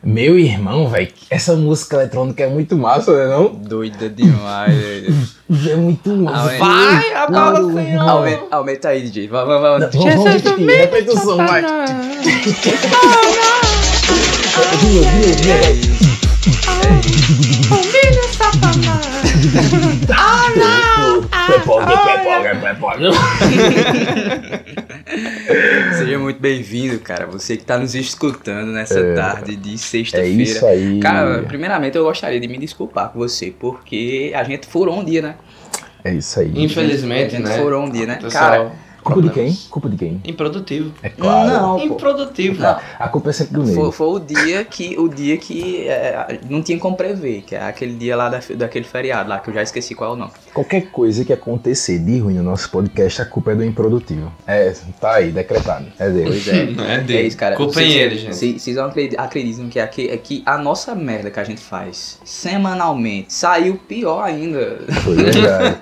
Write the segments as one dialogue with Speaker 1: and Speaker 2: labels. Speaker 1: Meu irmão, velho, essa música eletrônica é muito massa, né não?
Speaker 2: Doida demais.
Speaker 1: É muito massa.
Speaker 2: Aumenta-
Speaker 3: Vai, a bola sem
Speaker 2: Aumenta, aumenta aí, DJ. Vamos, vamos,
Speaker 1: Não,
Speaker 2: vamos.
Speaker 1: Vamos vamos repetir, repete o som, vai. Viu, viu,
Speaker 2: É
Speaker 1: viu?
Speaker 2: isso.
Speaker 3: Humilha Satanás.
Speaker 1: Pepoga, pepoga, pepoga.
Speaker 2: Seja muito bem-vindo, cara. Você que tá nos escutando nessa tarde de
Speaker 1: É
Speaker 2: sexta-feira.
Speaker 1: isso aí.
Speaker 2: Cara, primeiramente eu gostaria de me desculpar com você, porque a gente furou um dia, né?
Speaker 1: É isso aí.
Speaker 2: a
Speaker 3: Infelizmente,
Speaker 2: gente
Speaker 3: né?
Speaker 2: furou um dia, né?
Speaker 3: Pessoal,
Speaker 2: Cara,
Speaker 1: Culpa de quem? Culpa de quem?
Speaker 3: improdutivo.
Speaker 1: É claro.
Speaker 2: não, pô.
Speaker 3: Improdutivo.
Speaker 2: Não.
Speaker 1: A culpa é sempre do
Speaker 2: Foi,
Speaker 1: negro.
Speaker 2: foi o dia que o dia que é, não tinha como prever, que é aquele dia lá da, daquele feriado lá, que eu já esqueci qual é o nome.
Speaker 1: Qualquer coisa que acontecer de ruim no nosso podcast, a culpa é do improdutivo. É, tá aí, decretado. É Deus.
Speaker 2: Pois é.
Speaker 3: É
Speaker 2: É isso, cara.
Speaker 3: Culpem
Speaker 2: Vocês-
Speaker 3: ele, gente.
Speaker 2: Vocês vocês não acredi- acreditam que, aqui, é que a nossa merda que a gente faz semanalmente saiu pior ainda.
Speaker 1: Foi verdade.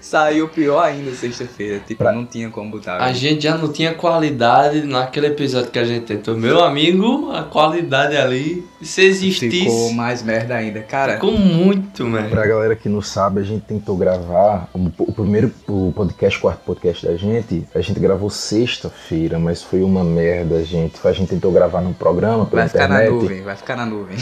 Speaker 2: saiu pior ainda sexta-feira. Tipo,
Speaker 1: Pra-
Speaker 2: não tinha como botar.
Speaker 3: A gente já não tinha qualidade naquele episódio que a gente tentou. Meu amigo, a qualidade ali, se existisse,
Speaker 2: Ficou
Speaker 3: ficou,
Speaker 2: mais merda ainda. Cara,
Speaker 3: muito, mano.
Speaker 1: pra galera que não sabe, a gente tentou gravar o, o primeiro o podcast, o quarto podcast da gente. A gente gravou sexta-feira, mas foi uma merda, gente. A gente tentou gravar num programa pela
Speaker 2: vai ficar na
Speaker 1: internet.
Speaker 2: nuvem, vai ficar na nuvem.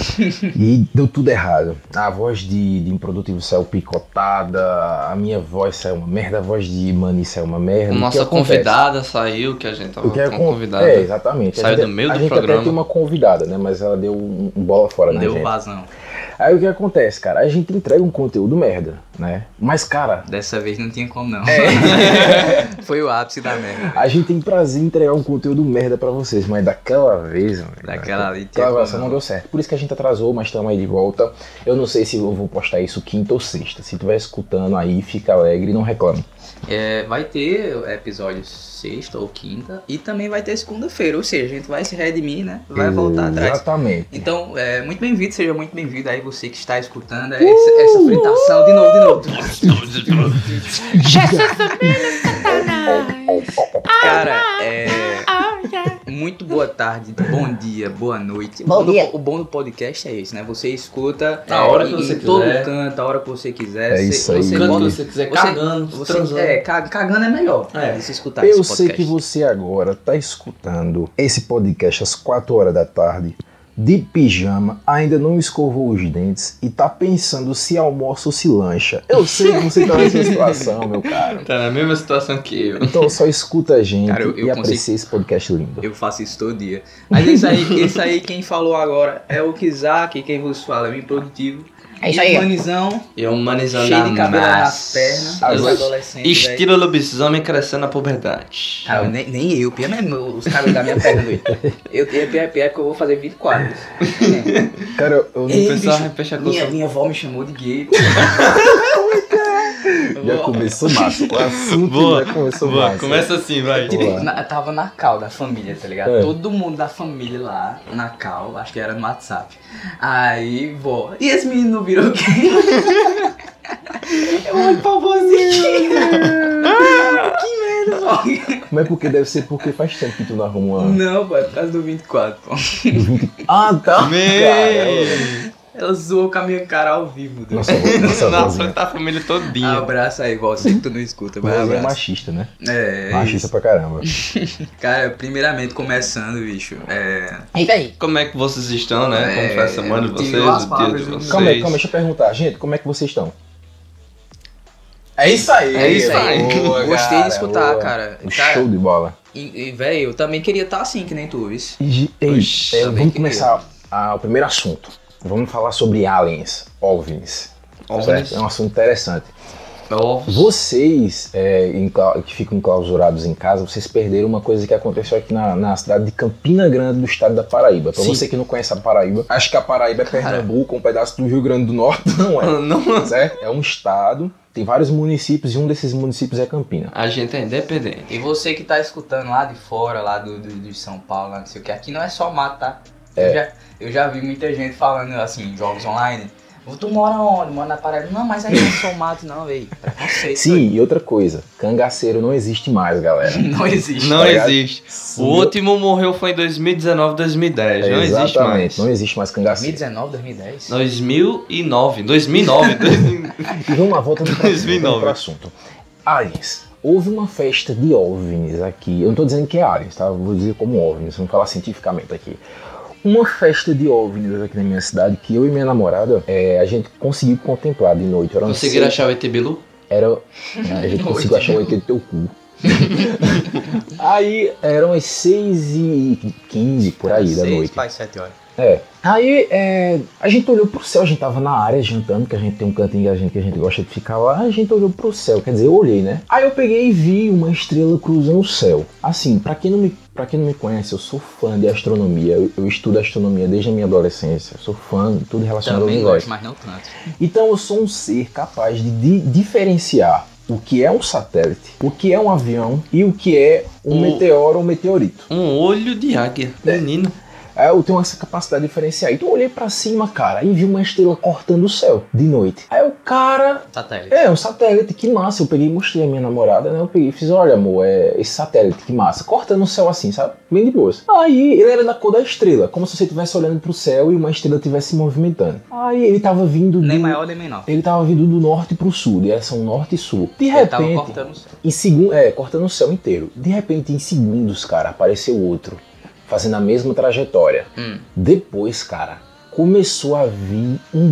Speaker 1: E deu tudo errado. A voz de, de improdutivo saiu picotada, a minha voz saiu uma merda, a voz de Mani saiu uma merda. O que
Speaker 3: Nossa
Speaker 1: acontece?
Speaker 3: convidada saiu, que a gente tava
Speaker 1: O que é
Speaker 3: com convidada.
Speaker 1: É, exatamente. A
Speaker 3: Saiu
Speaker 1: gente-
Speaker 3: do meio
Speaker 1: a
Speaker 3: do
Speaker 1: gente
Speaker 3: programa.
Speaker 1: até tem uma convidada, né? Mas ela deu um, um bola fora na
Speaker 2: Deu
Speaker 1: gente.
Speaker 2: vazão.
Speaker 1: Aí o que acontece, cara? A gente entrega um conteúdo merda, né? Mas, cara,
Speaker 2: Dessa vez não tinha como não.
Speaker 1: É.
Speaker 2: Foi o ápice da merda.
Speaker 1: a gente tem prazer em entregar um conteúdo merda pra vocês, mas daquela vez, mano,
Speaker 2: Daquela ali tinha
Speaker 1: Aquela
Speaker 2: como
Speaker 1: gravação não deu certo. Por isso que a gente atrasou, mas estamos aí de volta. Eu não sei se eu vou postar isso quinta ou sexta. Se tiver escutando aí, fica alegre e não reclame.
Speaker 2: É, vai ter episódios sexta ou quinta e também vai ter segunda-feira, ou seja, a gente vai se redimir, né? Vai voltar atrás.
Speaker 1: Exatamente.
Speaker 2: Então, é, muito bem-vindo, seja muito bem-vindo aí você que está escutando essa,
Speaker 1: Uh!
Speaker 2: essa fritação de novo, de novo.
Speaker 4: Jesus humilha Satanás.
Speaker 1: Ah, tá.
Speaker 2: Cara, é,
Speaker 4: Oh, yeah.
Speaker 2: muito boa tarde, bom dia, boa noite.
Speaker 1: Bom
Speaker 2: o, bom
Speaker 1: dia.
Speaker 2: Do, o bom do podcast é esse, né? Você escuta
Speaker 3: Na hora que
Speaker 2: em,
Speaker 3: você
Speaker 2: em todo
Speaker 3: quiser.
Speaker 2: canto, a hora que você quiser.
Speaker 1: É
Speaker 2: Você-
Speaker 1: isso aí.
Speaker 2: você
Speaker 3: Quando
Speaker 2: bota-
Speaker 3: você quiser,
Speaker 2: você-
Speaker 3: cagando, transando.
Speaker 2: Você, é, ca- cagando é melhor
Speaker 3: É.
Speaker 2: de se escutar
Speaker 1: Eu
Speaker 2: esse
Speaker 1: sei
Speaker 2: podcast.
Speaker 1: que você agora tá escutando esse podcast às 4 horas da tarde, de pijama, ainda não escovou os dentes e tá pensando se almoça ou se lancha. Eu sei que você tá nessa situação, meu cara.
Speaker 3: Tá na mesma situação que eu.
Speaker 1: Então só escuta a gente
Speaker 2: Cara, eu- eu
Speaker 1: e
Speaker 2: consigo-
Speaker 1: aprecia esse podcast lindo.
Speaker 2: Eu faço isso todo dia. Mas isso aí, isso aí quem falou agora é o Kizaki, quem vos fala é o improdutivo.
Speaker 1: É isso aí.
Speaker 2: Humanizão,
Speaker 3: E humanizando
Speaker 2: cheio
Speaker 3: a
Speaker 2: de cabelo nas
Speaker 3: massa.
Speaker 2: pernas,
Speaker 1: Agora-
Speaker 2: os adolescentes. velho.
Speaker 3: Estilo lobisomem crescendo na puberdade.
Speaker 2: Ah, eu nem, nem eu, pior mesmo, os cabelos da minha perna, doido. Eu tenho pior, pior que eu vou fazer 24. É,
Speaker 1: Cara, eu- eu não
Speaker 2: Ei,
Speaker 3: O pessoal
Speaker 2: bicho,
Speaker 3: fecha a
Speaker 2: Minha,
Speaker 3: coisa.
Speaker 2: minha avó me chamou de gay.
Speaker 1: Já começou massa. O assunto
Speaker 3: Boa,
Speaker 1: já começou
Speaker 3: Boa,
Speaker 1: massa.
Speaker 3: começa assim, vai.
Speaker 1: Boa.
Speaker 2: Tipo, na- tava na cal da família, tá ligado?
Speaker 1: É.
Speaker 2: Todo mundo da família lá, na cal, acho que era no WhatsApp. Aí, vó, e esse menino virou É quem? Eu olho pra vózinha. né? que merda, vó.
Speaker 1: Mas é porque deve ser porque faz tempo que tu não arruma uma...
Speaker 2: Não, pô, é por causa do 24, pô.
Speaker 1: Ah, tá.
Speaker 3: Meu!
Speaker 2: Ela zoou com a minha cara ao vivo. doido.
Speaker 1: é Nossa, nossa, Ah,
Speaker 3: Na
Speaker 1: vozinha.
Speaker 3: frente da tá família todinha.
Speaker 2: Abraço aí, vó, sei que tu não escuta, mas
Speaker 1: Vozinha é
Speaker 2: abraço.
Speaker 1: machista, né?
Speaker 2: É, é
Speaker 1: machista
Speaker 2: isso.
Speaker 1: pra caramba.
Speaker 2: Cara, primeiramente, começando, bicho, é...
Speaker 3: Como é que vocês estão, né? Como foi a
Speaker 2: É,
Speaker 3: semana de
Speaker 2: tirou
Speaker 3: vocês,
Speaker 2: as
Speaker 3: o dia
Speaker 2: palavras
Speaker 3: de
Speaker 2: do-
Speaker 3: vocês?
Speaker 1: Calma aí, calma aí, deixa eu perguntar. Gente, como é que vocês estão? É isso aí.
Speaker 2: É isso aí.
Speaker 1: Boa,
Speaker 2: Gostei
Speaker 1: cara,
Speaker 2: de escutar,
Speaker 1: boa.
Speaker 2: cara.
Speaker 1: Um
Speaker 2: Cara,
Speaker 1: Show de bola.
Speaker 2: E, e véi, eu também queria estar assim, que nem tu, viu?
Speaker 1: E, ei,
Speaker 3: Oxi,
Speaker 1: é,
Speaker 2: também
Speaker 1: vamos
Speaker 2: queria.
Speaker 1: começar ah, o primeiro assunto. Vamos falar sobre aliens, OVNIs.
Speaker 3: OVNIs.
Speaker 1: certo? É um assunto interessante.
Speaker 3: Ovos.
Speaker 1: Vocês é, encla- que ficam enclausurados em casa, vocês perderam uma coisa que aconteceu aqui na, na cidade de Campina Grande, do estado da Paraíba. Pra
Speaker 3: Sim.
Speaker 1: você que não conhece a Paraíba, acho que a Paraíba é Pernambuco, um pedaço do Rio Grande do Norte, não é?
Speaker 3: Não,
Speaker 1: certo? É um estado, tem vários municípios e um desses municípios é Campina.
Speaker 3: a gente é independente.
Speaker 2: E você que tá escutando lá de fora, lá do, do, de São Paulo, lá não
Speaker 1: É.
Speaker 2: sei o que, aqui não é só mato, tá? Eu, já, eu já vi muita gente falando assim, jogos online. Tu mora onde? Mora na Paraíba? Não, mas aí eu não sou mato, não, velho. Preconceito.
Speaker 1: Sim, e outra coisa, cangaceiro não existe mais, galera.
Speaker 2: Não existe.
Speaker 3: Não
Speaker 1: Tá ligado?
Speaker 3: existe. O último morreu foi em 2019, 2010.
Speaker 1: É,
Speaker 3: não existe
Speaker 1: exatamente,
Speaker 3: mais.
Speaker 1: não existe mais cangaceiro.
Speaker 2: 2019, 2010?
Speaker 3: 2009, 2009.
Speaker 1: E vamos lá, voltando para
Speaker 3: 2009.
Speaker 1: o assunto. Aliens. Houve uma festa de OVNIs aqui. Eu não estou dizendo que é aliens, tá? Eu Vou dizer como OVNIs, vamos falar cientificamente aqui. Uma festa de OVNIs aqui na minha cidade que eu e minha namorada, é, a gente conseguiu contemplar de noite. Era
Speaker 3: Conseguiram achar o ET Bilu?
Speaker 1: Era. é, A gente conseguiu achar o ET do teu cu. aí eram as 6 e 15 por aí da noite.
Speaker 2: Pai, 7 horas.
Speaker 1: É. Aí é, a gente olhou pro céu, a gente tava na área jantando, que a gente tem um cantinho que a gente, que a gente gosta de ficar lá, a gente olhou pro céu, quer dizer, eu olhei, né? Aí eu peguei e vi uma estrela cruzando o céu. Assim, pra quem não me, pra quem não me conhece, eu sou fã de astronomia, eu, eu estudo astronomia desde a minha adolescência, eu sou fã de tudo relacionado
Speaker 2: Também
Speaker 1: ao negócio.
Speaker 2: gosto, mas não tanto.
Speaker 1: Então eu sou um ser capaz de, di- diferenciar o que é um satélite, o que é um avião e o que é um
Speaker 3: O-
Speaker 1: meteoro ou um meteorito.
Speaker 3: Um olho de águia.
Speaker 1: É,
Speaker 3: Menino.
Speaker 1: Aí eu tenho essa capacidade de diferenciar. Então eu olhei pra cima, cara, e vi uma estrela cortando o céu de noite. Aí o cara.
Speaker 2: Satélite.
Speaker 1: É, um satélite, que massa. Eu peguei e mostrei a minha namorada, né? Eu peguei e fiz, olha, amor, é esse satélite, que massa. Cortando o céu assim, sabe? Bem de boas. Aí ele era da cor da estrela, como se você estivesse olhando pro céu e uma estrela estivesse se movimentando. Aí ele tava vindo
Speaker 2: Nem
Speaker 1: do-
Speaker 2: maior, nem menor.
Speaker 1: Ele tava vindo do norte pro sul, direção norte e sul. De
Speaker 2: Ele tava
Speaker 1: repente,
Speaker 2: cortando o céu.
Speaker 1: em segundos, é, cortando o céu inteiro. De repente, em segundos, cara, apareceu outro, fazendo a mesma trajetória.
Speaker 2: Hum.
Speaker 1: Depois, cara, começou a vir um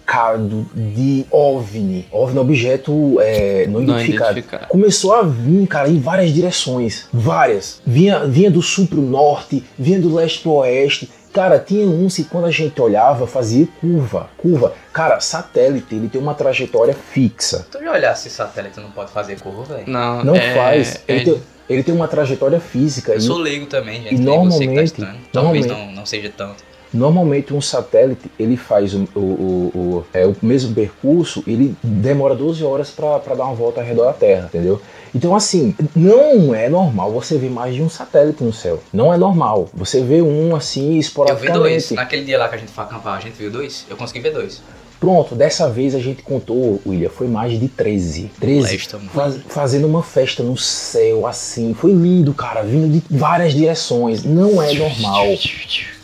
Speaker 1: bocado de OVNI. OVNI é objeto é, não,
Speaker 3: Não
Speaker 1: identificado.
Speaker 3: identificado.
Speaker 1: Começou a vir, cara, em várias direções. Várias. Vinha, vinha do sul pro norte, vinha do leste pro oeste. Cara, tinha uns que quando a gente olhava, fazia curva, curva. Cara, satélite, ele tem uma trajetória fixa.
Speaker 2: Tu já olhasse esse satélite, tu não pode fazer curva, velho.
Speaker 3: Não,
Speaker 1: Não
Speaker 3: é-
Speaker 1: faz. Ele,
Speaker 3: é-
Speaker 1: tem, ele tem uma trajetória física.
Speaker 2: Eu
Speaker 1: e-
Speaker 2: sou leigo também, gente.
Speaker 1: E
Speaker 2: nem você que tá
Speaker 1: normalmente-
Speaker 2: estudando. Talvez
Speaker 1: normalmente-
Speaker 2: não, não seja tanto.
Speaker 1: Normalmente um satélite ele faz o, o, o- o- é, o mesmo percurso, ele demora 12 horas para dar uma volta ao redor da Terra, entendeu? Então assim, não é normal você ver mais de um satélite no céu. Não é normal. Você vê um assim
Speaker 2: Eu vi
Speaker 1: esporadicamente.
Speaker 2: dois. né? Naquele dia lá que a gente foi acampar, a gente viu dois. Eu consegui ver dois.
Speaker 1: Pronto, dessa vez a gente contou, William, foi mais de 13. 13.
Speaker 2: Molesta muito.
Speaker 1: Faz- fazendo uma festa no céu assim. Foi lindo, cara, vindo de várias direções. Não é normal.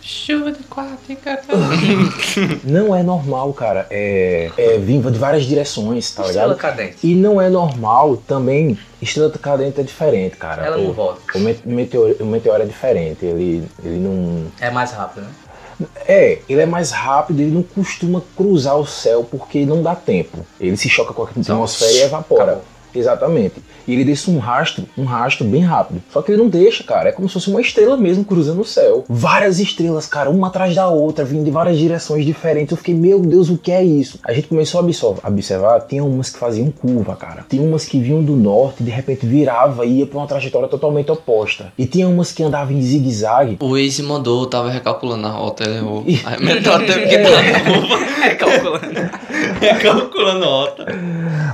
Speaker 4: Chuva de quatro
Speaker 1: Não é normal, cara. É, é vindo de várias direções, tá ligado?
Speaker 2: Estrela cadente.
Speaker 1: E não é normal também. Estrela cadente é diferente, cara.
Speaker 2: Ela
Speaker 1: o,
Speaker 2: não volta.
Speaker 1: o me- meteoro, o meteoro é diferente. Ele, ele não.
Speaker 2: É mais rápido, né?
Speaker 1: É, ele é mais rápido, ele não costuma cruzar o céu porque não dá tempo. Ele se choca com a atmosfera e evapora.
Speaker 2: acabou.
Speaker 1: Exatamente. E ele deixa um rastro, um rastro bem rápido. Só que ele não deixa, cara. É como se fosse uma estrela mesmo cruzando o céu. Várias estrelas, cara, uma atrás da outra, vindo de várias direções diferentes. Eu fiquei, meu Deus, o que é isso? A gente começou a observar, a observar tinha umas que faziam curva, cara. Tinha umas que vinham do norte, de repente virava e ia pra uma trajetória totalmente oposta. E tinha umas que andavam em zigue-zague.
Speaker 3: O Waze mandou, eu tava recalculando a rota, ele errou. Aí meteu até porque tá na curva. Recalculando. Recalculando a rota.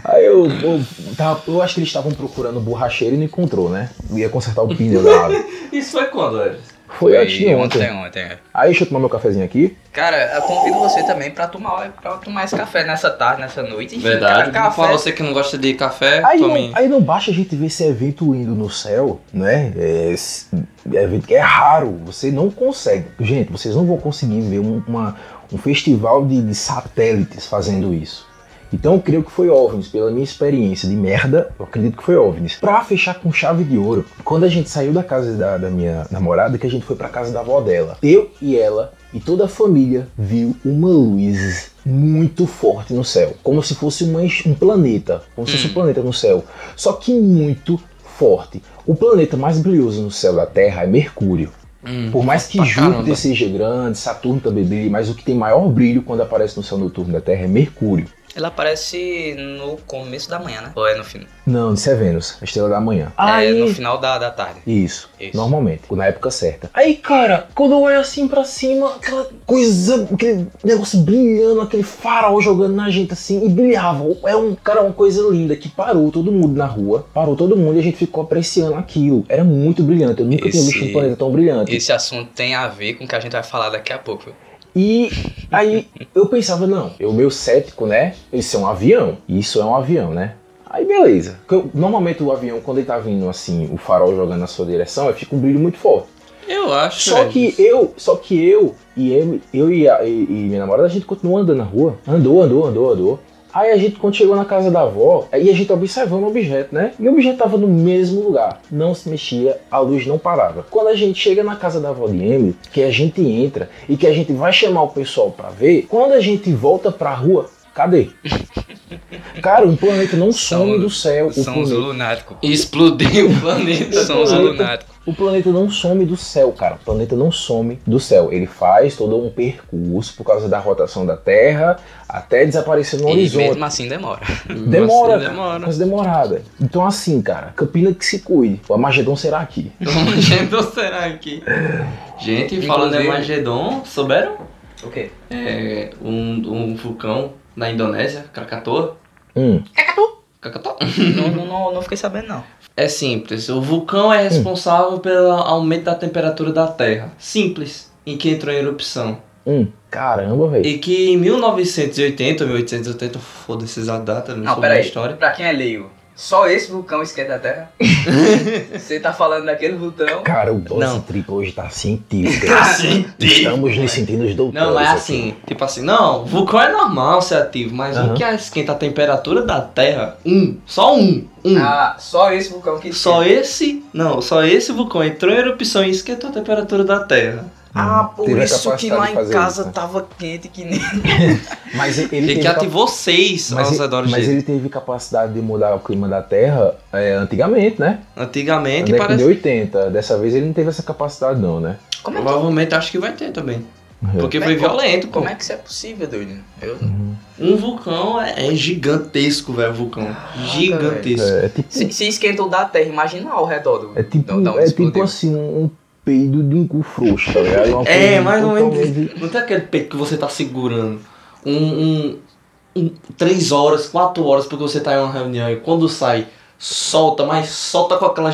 Speaker 1: Aí eu, eu, tava- eu acho que eles estavam procurando o borracheiro e não encontrou, né? Ia consertar o pneu da ave.
Speaker 3: Isso foi quando, Alex?
Speaker 1: Foi, acho que
Speaker 2: ontem,
Speaker 1: ontem.
Speaker 2: ontem. é.
Speaker 1: Aí deixa eu tomar meu cafezinho aqui.
Speaker 2: Cara, eu convido você também pra tomar, pra tomar esse café nessa tarde, nessa noite. Enfim, Cara,
Speaker 3: Verdade. Pra
Speaker 2: café.
Speaker 3: você que não gosta de café,
Speaker 1: Aí
Speaker 3: tome.
Speaker 1: não, aí não basta a gente ver esse evento indo no céu, né? É, esse- é evento que é raro, você não consegue. Gente, vocês não vão conseguir ver um, uma- um festival de, de satélites fazendo isso. Então eu creio que foi OVNIs, pela minha experiência de merda, eu acredito que foi OVNIs. Pra fechar com chave de ouro, quando a gente saiu da casa da, da minha namorada, que a gente foi pra casa da avó dela, eu e ela e toda a família viu uma luz muito forte no céu, como se fosse uma es- um planeta, como se fosse
Speaker 3: Hum.
Speaker 1: um planeta no céu, só que muito forte. O planeta mais brilhoso no céu da Terra é Mercúrio.
Speaker 3: Hum.
Speaker 1: Por mais que
Speaker 3: Pra
Speaker 1: Júpiter
Speaker 3: caramba.
Speaker 1: seja grande, Saturno também brilhe, mas o que tem maior brilho quando aparece no céu noturno da Terra é Mercúrio.
Speaker 2: Ela aparece no começo da manhã, né? Ou é no final?
Speaker 1: Não, isso é Vênus, a estrela da manhã.
Speaker 2: É no final da, da tarde.
Speaker 1: Isso,
Speaker 2: Isso.
Speaker 1: normalmente, na época certa. Aí, cara, quando eu olho assim pra cima, aquela coisa, aquele negócio brilhando, aquele farol jogando na gente assim, e brilhava. É um, cara, uma coisa linda que parou todo mundo na rua, parou todo mundo e a gente ficou apreciando aquilo. Era muito brilhante, eu nunca tinha
Speaker 2: Esse-
Speaker 1: visto um planeta tão brilhante.
Speaker 2: Esse assunto tem a ver com o que a gente vai falar daqui a pouco.
Speaker 1: E aí eu pensava, não, eu meio cético, né? Isso é um avião. Isso é um avião, né? Aí beleza. Porque eu- normalmente o avião, quando ele tá vindo assim, o farol jogando na sua direção, aí fica um brilho muito forte.
Speaker 3: Eu acho.
Speaker 1: Só
Speaker 5: é
Speaker 1: que eu, só que eu e ele- eu e, a- e- e minha namorada, a gente continuou andando na rua. Andou, andou, andou, andou. Aí a gente, quando chegou na casa da avó, aí a gente observando o objeto, né? E o objeto tava no mesmo lugar. Não se mexia, a luz não parava. Quando a gente chega na casa da avó de Emily, que a gente entra e que a gente vai chamar o pessoal pra ver, quando a gente volta pra rua, cadê? Cara, o planeta não
Speaker 5: São-
Speaker 1: some do céu. O
Speaker 5: São os
Speaker 1: planeta,
Speaker 5: lunáticos.
Speaker 3: Explodiu o planeta.
Speaker 5: São os
Speaker 1: planeta-
Speaker 5: lunáticos.
Speaker 1: o planeta não some do céu, cara. O planeta não some do céu. Ele faz todo um percurso por causa da rotação da Terra até desaparecer
Speaker 2: um
Speaker 1: no
Speaker 5: E
Speaker 1: horizonte.
Speaker 5: mesmo assim demora.
Speaker 1: Demora,
Speaker 3: Nossa,
Speaker 1: cara,
Speaker 3: demora.
Speaker 1: mas demorada. Então, assim, cara, Campina que se cuide. O Armagedon será aqui.
Speaker 3: Armagedon um será aqui. Gente, falando em
Speaker 5: Inclusive-
Speaker 3: Armagedon, souberam?
Speaker 2: O quê?
Speaker 3: É, um, um vulcão na Indonésia, Krakatoa.
Speaker 1: Hum,
Speaker 3: Krakatoa?
Speaker 2: não, não, não, não fiquei sabendo, não.
Speaker 3: É simples. O vulcão
Speaker 1: Hum.
Speaker 3: é responsável pelo aumento da temperatura da Terra. Simples. Em que entrou em erupção.
Speaker 1: hum. Caramba, velho.
Speaker 3: E que em 1980, 1880, foda-se a data, não,
Speaker 2: Não,
Speaker 3: sou
Speaker 2: peraí.
Speaker 3: da história.
Speaker 2: Pra quem é leigo, só esse vulcão esquenta a Terra? Você tá falando daquele vulcão?
Speaker 1: Cara, o Dose
Speaker 3: Não.
Speaker 1: Triplo hoje tá científico.
Speaker 3: Científico.
Speaker 1: Estamos nos sentindo os doutores.
Speaker 3: Não, é
Speaker 1: aqui.
Speaker 3: assim, tipo assim, não, vulcão é normal ser ativo, mas
Speaker 1: Aham.
Speaker 3: um que esquenta a temperatura da Terra, um, só um, um.
Speaker 2: Ah, só esse vulcão que
Speaker 3: Só esse, não, só esse vulcão entrou em erupção e esquentou a temperatura da Terra.
Speaker 2: Ah,
Speaker 1: Hum,
Speaker 2: por
Speaker 1: teve a
Speaker 2: isso que
Speaker 1: capacidade
Speaker 2: lá
Speaker 1: de
Speaker 2: em
Speaker 1: fazer
Speaker 2: casa
Speaker 1: isso, né?
Speaker 2: tava quente que nem.
Speaker 1: Mas ele,
Speaker 3: Ele
Speaker 1: teve
Speaker 3: que
Speaker 1: cap-
Speaker 3: ativou seis
Speaker 1: mas,
Speaker 3: aos
Speaker 1: ele-
Speaker 3: redores
Speaker 1: mas
Speaker 3: dele.
Speaker 1: ele teve capacidade de mudar o clima da Terra é, antigamente, né? Na
Speaker 3: Antigamente,
Speaker 1: década de
Speaker 3: parece.
Speaker 1: 80. é Dessa vez ele não teve essa capacidade, não, né?
Speaker 2: Como é que,
Speaker 3: Provavelmente acho que vai ter também.
Speaker 1: Uhum.
Speaker 3: Porque foi
Speaker 2: Mas como-
Speaker 3: violento, pô.
Speaker 2: como é que isso é possível, doido? Eu...
Speaker 1: Uhum.
Speaker 3: Um vulcão é, é gigantesco, velho, vulcão.
Speaker 2: Ah,
Speaker 3: Gigantesco.
Speaker 1: É, é tipo
Speaker 2: Se, se esquentou da Terra, imagina ao redor do.
Speaker 1: É tipo,
Speaker 2: Não, não,
Speaker 1: é
Speaker 2: explodiu.
Speaker 1: tipo assim, um peido de um cu frouxo, tá ligado? Uma
Speaker 3: É,
Speaker 1: coisa
Speaker 3: mais ou menos.
Speaker 1: totalmente-
Speaker 3: Não tem aquele peito que você tá segurando. Um, um, um- Três horas, quatro horas, porque você tá em uma reunião e quando sai, solta, mas solta com aquela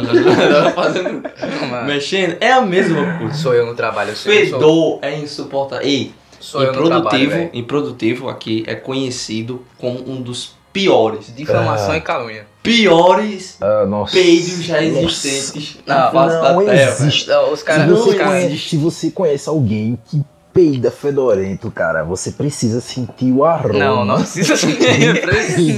Speaker 3: ginástica fazendo.
Speaker 2: Mano,
Speaker 3: mexendo. É a mesma coisa.
Speaker 2: Ah. sou eu no trabalho, eu sei. eu sou-
Speaker 3: Fedor é insuportável. Ei,
Speaker 2: Sou eu no trabalho,
Speaker 3: improdutivo,
Speaker 2: velho.
Speaker 3: improdutivo aqui é conhecido como um dos piores.
Speaker 2: Difamação e calúnia.
Speaker 3: Piores
Speaker 1: Ah, nossa.
Speaker 3: peidos já
Speaker 1: Nossa.
Speaker 3: existentes na
Speaker 1: Não,
Speaker 3: face da terra. velho.
Speaker 1: existe.
Speaker 2: Não, Os
Speaker 1: Se
Speaker 2: caras.
Speaker 1: você,
Speaker 2: Os
Speaker 3: é
Speaker 2: caras.
Speaker 1: conhece, se você conhece alguém que peida fedorento, cara, você precisa sentir o aroma.
Speaker 2: Não, não precisa sentir.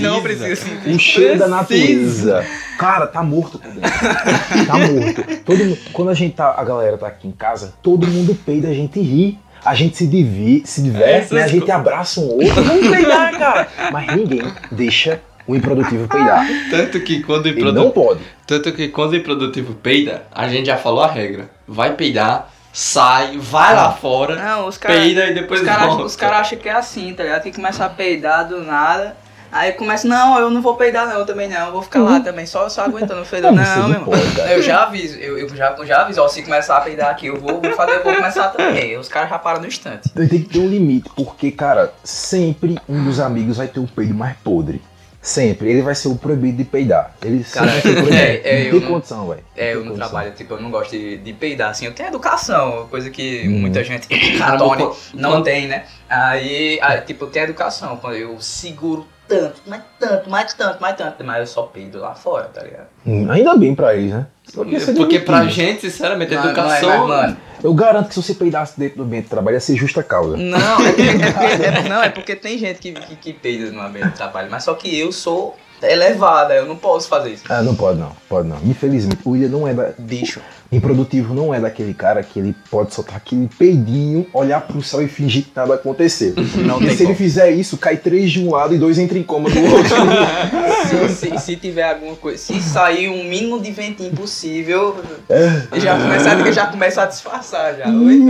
Speaker 2: Não precisa sentir.
Speaker 1: O Um cheiro da
Speaker 3: Precisa.
Speaker 1: natureza. Cara, tá morto por dentro. Tá morto. Todo mundo- quando a gente tá, a galera tá aqui em casa, todo mundo peida, a gente ri. A gente se, divi, se diverte,
Speaker 2: É,
Speaker 1: né? a gente abraça um outro. Vamos peidar, cara. Mas ninguém deixa o improdutivo peidar.
Speaker 2: Ah.
Speaker 3: Tanto que quando o
Speaker 1: Ele não
Speaker 3: improdu-
Speaker 1: pode.
Speaker 3: tanto que quando o improdutivo peida, a gente já falou a regra. Vai peidar, sai, vai
Speaker 1: Ah.
Speaker 3: lá fora,
Speaker 2: Não, os caras.
Speaker 3: peida e depois
Speaker 2: Os caras
Speaker 3: volta.
Speaker 2: os cara acham que é assim, tá ligado? Que começa a peidar do nada. Aí começa, não, eu não vou peidar não, eu também não, eu vou ficar lá também, só, só aguentando o fedor.
Speaker 1: Não,
Speaker 2: Não,
Speaker 1: você não
Speaker 2: meu irmão.
Speaker 1: pode, cara.
Speaker 2: Uhum. Eu já aviso, eu, eu já, eu já aviso, ó, se começar a peidar aqui, eu vou, vou fazer, eu vou começar também. Os caras já param no instante.
Speaker 1: Então, Tem que ter um limite, porque, cara, sempre um dos amigos vai ter o peido mais podre. Sempre. Ele vai ser o proibido de peidar. Ele
Speaker 2: Cara,
Speaker 1: sempre vai ser o proibido.
Speaker 2: é- é,
Speaker 1: não
Speaker 2: eu
Speaker 1: tem
Speaker 2: não-
Speaker 1: condição, velho.
Speaker 2: É,
Speaker 1: tem
Speaker 2: eu não
Speaker 1: condição.
Speaker 2: trabalho, tipo, eu não gosto de, de peidar, assim, eu tenho educação, coisa que
Speaker 1: Uhum.
Speaker 2: muita gente
Speaker 3: Cara,
Speaker 2: Tony,
Speaker 3: meu co-
Speaker 2: não tem, né? Aí, aí, tipo, eu tenho educação, quando eu seguro tanto, mas tanto, mais tanto, mais tanto, mas eu só peido lá fora, tá ligado?
Speaker 1: Hum, Ainda bem pra eles, né? Porque isso é
Speaker 3: Porque pra
Speaker 1: divertido.
Speaker 3: gente, sinceramente, a
Speaker 2: Mas- mas-
Speaker 3: educação.
Speaker 2: mas, mano,
Speaker 1: Eu garanto que se você peidasse dentro do ambiente de trabalho, ia ser justa causa.
Speaker 2: Não, é porque, é porque- é- não, é porque tem gente que, que, que peida no ambiente de trabalho, mas só que eu sou elevada, eu não posso fazer isso.
Speaker 1: Ah, não pode não, pode não. Infelizmente, o William não é da...
Speaker 2: Bicho.
Speaker 1: improdutivo, não é daquele cara que ele pode soltar aquele peidinho, olhar pro céu e fingir que nada aconteceu.
Speaker 2: Não
Speaker 1: Porque
Speaker 2: tem
Speaker 1: se ele
Speaker 2: como.
Speaker 1: fizer isso, cai três de um lado e dois entram em coma do outro.
Speaker 2: Se, se- se tiver alguma coisa, se sair um mínimo de ventinho possível,
Speaker 1: É.
Speaker 2: já começa, a- já começa a disfarçar já. Oi,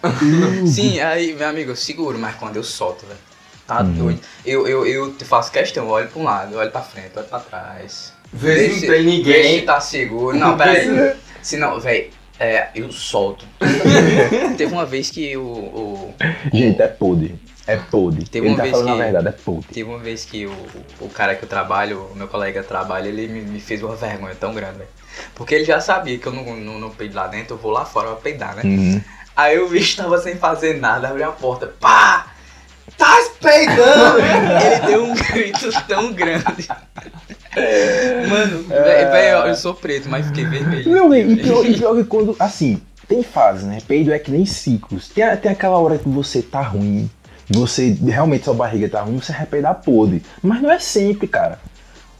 Speaker 2: tá vendo?
Speaker 1: Hugo, Hugo.
Speaker 2: Sim, aí, meu amigo, eu seguro, mas quando eu solto, velho, tá
Speaker 1: Uhum.
Speaker 2: doido. Eu, eu, eu faço questão, eu olho pra um lado, eu olho pra frente, eu olho pra trás.
Speaker 3: Vê se
Speaker 2: Vê Vê
Speaker 3: não tem
Speaker 2: se
Speaker 3: ninguém.
Speaker 2: tá seguro. Não, peraí. Se não, véi, é, eu solto. Teve uma vez que o. o-
Speaker 1: Gente, é podre. É podre.
Speaker 2: Teve
Speaker 1: Ele
Speaker 2: uma
Speaker 1: tá
Speaker 2: vez
Speaker 1: falando
Speaker 2: que-
Speaker 1: a verdade, é podre.
Speaker 2: teve uma vez que o, o cara que eu trabalho, o meu colega trabalha, ele me, me fez uma vergonha tão grande, velho. Porque ele já sabia que eu não, não, não peido lá dentro, eu vou lá fora pra peidar, né?
Speaker 1: Uhum.
Speaker 2: Aí o bicho tava sem fazer nada, abriu a porta, pá! Tá peidando! Ele deu um grito tão grande. Mano, velho, eu sou preto, mas fiquei vermelho.
Speaker 1: Não, e
Speaker 2: então,
Speaker 1: pior, e pior que quando, assim, tem fase, né? Peido é que nem ciclos. Tem, a- tem aquela hora que você tá ruim, você realmente sua barriga tá ruim, você arrependa podre. Mas não é sempre, cara.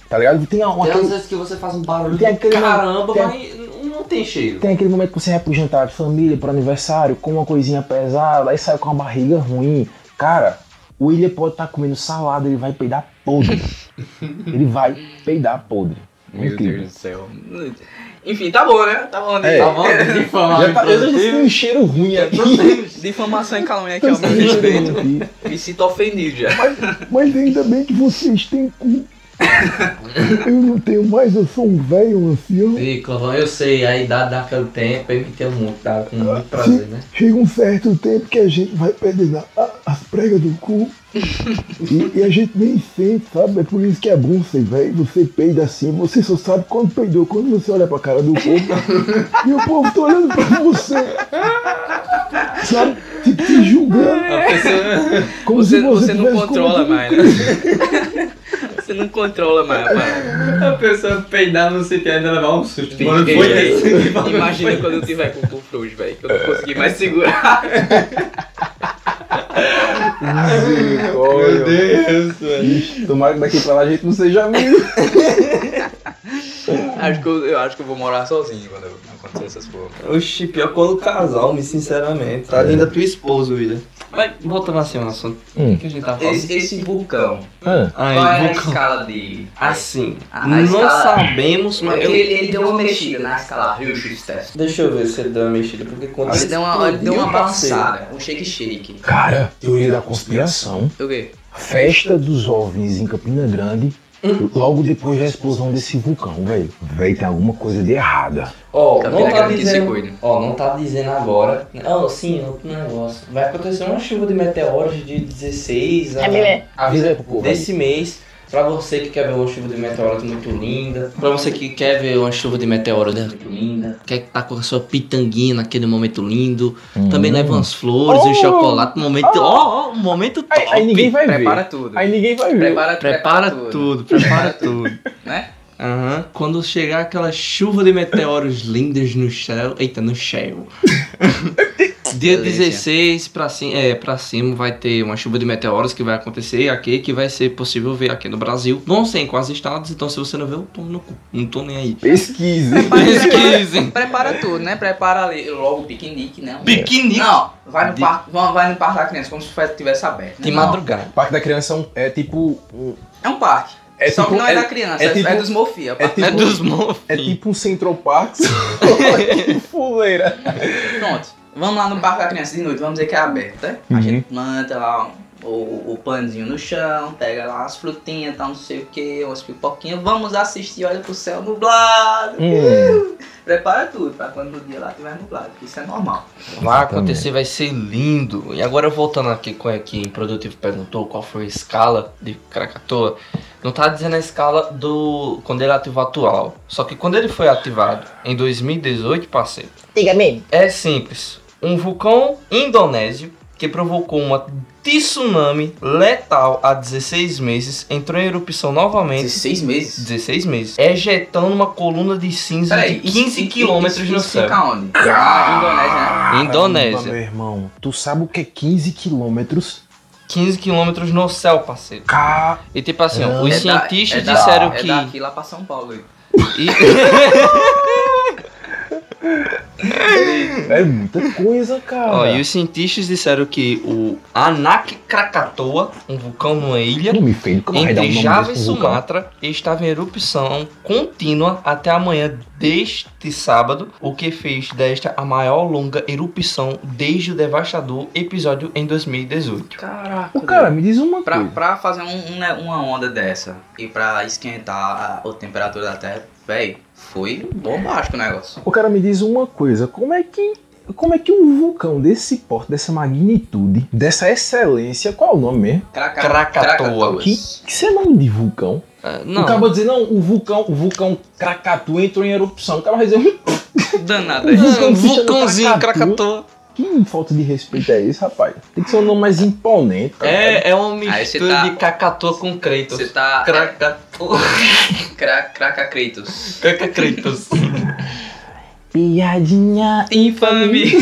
Speaker 1: Tá ligado? Tem, uma,
Speaker 3: Tem
Speaker 1: aquele,
Speaker 3: às vezes que você faz um barulho
Speaker 1: Tem
Speaker 3: do
Speaker 1: aquele-
Speaker 3: caramba,
Speaker 1: tem-
Speaker 3: mas não- não tem cheiro.
Speaker 1: tem aquele momento que você vai pro jantar de família, pro aniversário, com uma coisinha pesada, aí sai com uma barriga ruim. Cara, o William pode estar comendo salada, ele vai peidar podre. ele vai peidar podre. Incrível.
Speaker 2: do céu. Enfim, tá bom, né? Tá bom, né?
Speaker 1: É.
Speaker 3: Tá bom? De falar,
Speaker 1: Já tá, eu já
Speaker 3: inclusive.
Speaker 1: sinto um cheiro ruim aqui.
Speaker 2: Difamação e calúnia aqui é o meu
Speaker 1: Sinto um cheiro
Speaker 2: respeito.
Speaker 1: ruim aqui.
Speaker 2: Me sinto ofendido já.
Speaker 1: Mas ainda bem que vocês têm cu. Eu não tenho mais, eu sou um velho, um ancião.
Speaker 3: Ih, Clovão, eu sei, a idade daquele tempo emitia muito, tá? Com muito prazer, né?
Speaker 1: Chega um certo tempo que a gente vai perdendo a- as pregas do cu e, e a gente nem sente, sabe? É por isso que é bom ser velho, você peida assim, você só sabe quando peidou, quando você olha pra cara do povo e o povo tá olhando pra você, sabe? Te, te julgando,
Speaker 2: A pessoa-
Speaker 1: como
Speaker 2: Você,
Speaker 1: se você,
Speaker 2: você não
Speaker 1: tivesse
Speaker 2: controla
Speaker 1: cometido um
Speaker 2: mais, né? Você não controla mais, rapaz.
Speaker 3: A pessoa peidar no sítio ainda levar um susto.
Speaker 2: Mano, foi esse? Imagina quando eu tiver com o frouxo, velho, que eu não consegui mais segurar.
Speaker 1: Meu
Speaker 3: Deus, velho.
Speaker 1: Tomara que daqui pra lá a gente não seja amigo.
Speaker 2: Acho que eu, eu acho que eu vou morar sozinho quando eu- acontecer essas porra.
Speaker 3: Oxi, pior quando casal, me sinceramente. Tá linda tua esposa, vida. Mas voltando assim ao assunto, o que a gente tava falando?
Speaker 2: Esse, esse vulcão,
Speaker 3: Ai,
Speaker 2: qual é a
Speaker 3: vulcão.
Speaker 2: escala de...
Speaker 3: Assim,
Speaker 2: A
Speaker 3: não
Speaker 2: escala-
Speaker 3: sabemos, mas eu-
Speaker 2: Ah, Ele, ele deu uma mexida na escala, viu, X-Test?
Speaker 3: Deixa eu ver se ele deu uma mexida, porque quando
Speaker 2: Ele deu uma, ele deu uma
Speaker 3: Parceiro.
Speaker 2: balançada, um shake-shake.
Speaker 1: Cara, teoria da conspiração.
Speaker 2: O quê?
Speaker 1: Festa dos OVNIs em Campina Grande, logo depois da explosão desse vulcão, velho. Velho, tem alguma coisa de errada.
Speaker 3: Ó,
Speaker 2: Tá
Speaker 3: não tá
Speaker 2: ligado que se
Speaker 3: dizendo.
Speaker 2: cuida.
Speaker 3: Ó, não tá dizendo agora. Não, sim, outro negócio. Vai acontecer uma chuva de meteoros de 16
Speaker 1: É
Speaker 3: a.
Speaker 1: Avisa aí pro povo. aí.
Speaker 3: desse mês. Pra você que quer ver uma chuva de meteoro muito linda. Pra você que quer ver uma chuva de meteoro muito linda. Quer que tá com a sua pitanguinha naquele momento lindo. Também
Speaker 1: Hum.
Speaker 2: é
Speaker 3: leva umas flores, um
Speaker 1: Oh!
Speaker 3: chocolate. um Momento. Ó, ó, um momento top.
Speaker 1: Aí, aí ninguém vai
Speaker 2: Prepara
Speaker 1: ver.
Speaker 2: tudo.
Speaker 1: Aí ninguém vai ver.
Speaker 2: Prepara,
Speaker 3: Prepara tudo, prepara tudo.
Speaker 2: Né?
Speaker 3: Aham. Quando chegar aquela chuva de meteoros lindas no céu. Eita, no céu. Dia
Speaker 2: Delícia.
Speaker 3: 16 pra cima, é, pra cima vai ter uma chuva de meteoros que vai acontecer aqui, que vai ser possível ver aqui no Brasil. Vão ser em quase estados, então se você não vê, eu tomo no cu. Não tô nem aí.
Speaker 1: Pesquise.
Speaker 3: Pesquisem.
Speaker 2: Prepara tudo, né? Prepara ali logo o piquenique, né?
Speaker 3: Piquenique.
Speaker 2: Não, vai no,
Speaker 3: De-
Speaker 2: parque, vai vai no parque da criança, como se fosse- tivesse aberto. né?
Speaker 3: De
Speaker 2: Não,
Speaker 3: madrugada.
Speaker 1: Parque da Criança é um- é tipo. um-
Speaker 2: É um parque.
Speaker 1: É
Speaker 2: Só
Speaker 1: tipo,
Speaker 2: que não é, da
Speaker 1: é,
Speaker 2: criança,
Speaker 1: é
Speaker 2: é,
Speaker 1: tipo-
Speaker 2: é dos mofia.
Speaker 1: é tipo,
Speaker 3: é dos mofos.
Speaker 1: é tipo um Central Park. só que fuleira.
Speaker 2: Pronto. Vamos lá no parque da criança de noite, vamos dizer que é aberto, né? A
Speaker 1: Uhum.
Speaker 2: gente planta lá um- o, o panzinho no chão, pega lá as frutinhas, tal, não sei o que, umas pipoquinhas. Vamos assistir, olha pro céu nublado.
Speaker 1: Hum,
Speaker 2: Prepara tudo pra quando o dia lá tiver nublado, que isso é normal.
Speaker 3: Vai
Speaker 1: exatamente.
Speaker 3: acontecer, vai ser lindo. E agora voltando aqui com aqui, Improdutivo perguntou qual foi a escala de Krakatoa. Não tá dizendo a escala do quando ele ativou atual. Só que quando ele foi ativado em 2018, parceiro. Diga mesmo. É simples. Um vulcão indonésio que provocou uma tsunami letal há 16 meses entrou em erupção novamente.
Speaker 2: 16 meses.
Speaker 3: 16 meses. Ejetando uma coluna de cinza de 15 quilômetros no céu.
Speaker 2: Fica onde? Na Indonésia, né?
Speaker 1: Caramba,
Speaker 3: Indonésia.
Speaker 1: meu irmão. Tu sabe o que é 15 quilômetros?
Speaker 3: 15 quilômetros no céu, parceiro.
Speaker 1: Ca-
Speaker 3: E tipo assim, ó,
Speaker 1: Não.
Speaker 3: os
Speaker 2: É da-
Speaker 3: cientistas
Speaker 2: é da-
Speaker 3: disseram
Speaker 2: É
Speaker 3: que.
Speaker 2: daqui lá pra São Paulo. hein?
Speaker 3: E...
Speaker 1: É muita coisa, cara.
Speaker 3: Ó, e os cientistas disseram que o Anak Krakatoa, um vulcão numa ilha,
Speaker 1: Nome feio, como arredar um
Speaker 3: entre
Speaker 1: nome
Speaker 3: Java e
Speaker 1: desse com vulcão?
Speaker 3: Sumatra, estava em erupção contínua até amanhã deste sábado, o que fez desta a maior longa erupção desde o devastador episódio em 2018.
Speaker 2: Caraca.
Speaker 1: Ô, cara, me diz uma
Speaker 2: Pra,
Speaker 1: coisa.
Speaker 2: pra fazer um- um ne- uma onda dessa e pra esquentar a, a temperatura da Terra, véi, foi bombástico o negócio.
Speaker 1: O cara me diz uma coisa, como é que como é que um vulcão desse porte, dessa magnitude, dessa excelência, qual é o nome mesmo?
Speaker 2: Craca,
Speaker 3: Krakatoa.
Speaker 1: Que, que isso é nome de vulcão?
Speaker 3: Ah,
Speaker 1: O
Speaker 3: não,
Speaker 2: Então,
Speaker 1: cara vai dizer, não, o vulcão, o vulcão Krakatu entrou em erupção. O cara vai dizer,
Speaker 2: Danada.
Speaker 1: Vulcão que
Speaker 3: Ah,
Speaker 1: se chama
Speaker 3: vulcãozinho
Speaker 1: Krakatoa.
Speaker 3: Krakatoa.
Speaker 1: que Que falta de respeito é isso, rapaz? Tem que ser um nome mais imponente. cara.
Speaker 3: É, é uma
Speaker 2: Aí você
Speaker 3: mistura
Speaker 2: tá-
Speaker 3: de Cacatua com Kratos.
Speaker 2: Você tá.
Speaker 3: Krakatoa.
Speaker 2: Cra- Craca Kratos.
Speaker 3: Caca Kratos.
Speaker 1: Piadinha.
Speaker 2: Infame!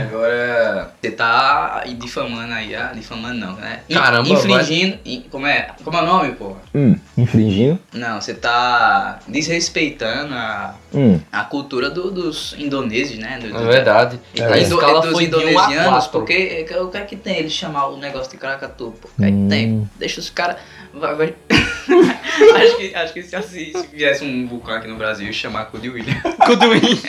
Speaker 2: Agora, você tá difamando aí, ah, difamando não, né? In-
Speaker 3: Caramba,
Speaker 2: Infringindo, in- como é? Como é o nome, porra?
Speaker 1: Hum, infringindo.
Speaker 2: Não, você tá desrespeitando a,
Speaker 1: Hum,
Speaker 2: a cultura do- dos indonésios, né? Do,
Speaker 3: É verdade.
Speaker 2: do-
Speaker 1: É.
Speaker 3: A
Speaker 2: do-
Speaker 3: escala
Speaker 2: dos
Speaker 3: foi de um a
Speaker 2: indonesianos,
Speaker 3: quatro.
Speaker 2: porque é, o que é que tem ele chamar o negócio de Krakatu? pô? O que é que tem?
Speaker 1: Hum.
Speaker 2: Deixa os caras. Vai, vai. acho, que, acho que se, assim, se viesse um vulcão aqui no Brasil ia chamar Cu de William.
Speaker 3: Kuduin.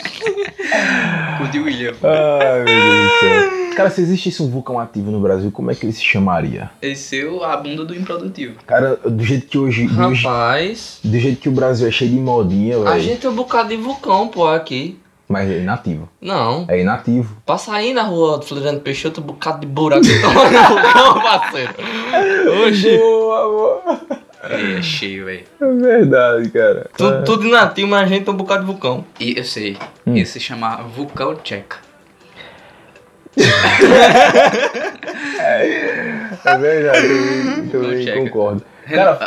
Speaker 2: Cu de William. pô.
Speaker 1: Ai, meu Deus do céu. Cara, se existisse um vulcão ativo no Brasil, como é que ele se chamaria?
Speaker 2: Esse é o- a bunda do improdutivo.
Speaker 1: Cara, do jeito que hoje. Do, je-
Speaker 3: Rapaz.
Speaker 1: do jeito que o Brasil é cheio de modinha,
Speaker 3: A
Speaker 1: velho.
Speaker 3: gente é um bocado de vulcão, pô, aqui.
Speaker 1: Mas é inativo.
Speaker 3: Não.
Speaker 1: É inativo.
Speaker 3: Passa aí na rua do Floriano Peixoto, um bocado de buraco. Não, parceiro. Oxi.
Speaker 1: Boa, boa.
Speaker 2: É cheio, velho.
Speaker 1: É verdade, cara.
Speaker 3: Tudo, tudo nativo, mas a gente é um bocado de vulcão.
Speaker 2: E eu sei,
Speaker 1: Hum.
Speaker 2: ia se chamar Vulcão Tcheca.
Speaker 1: É verdade, eu também
Speaker 2: Não chega.
Speaker 1: concordo.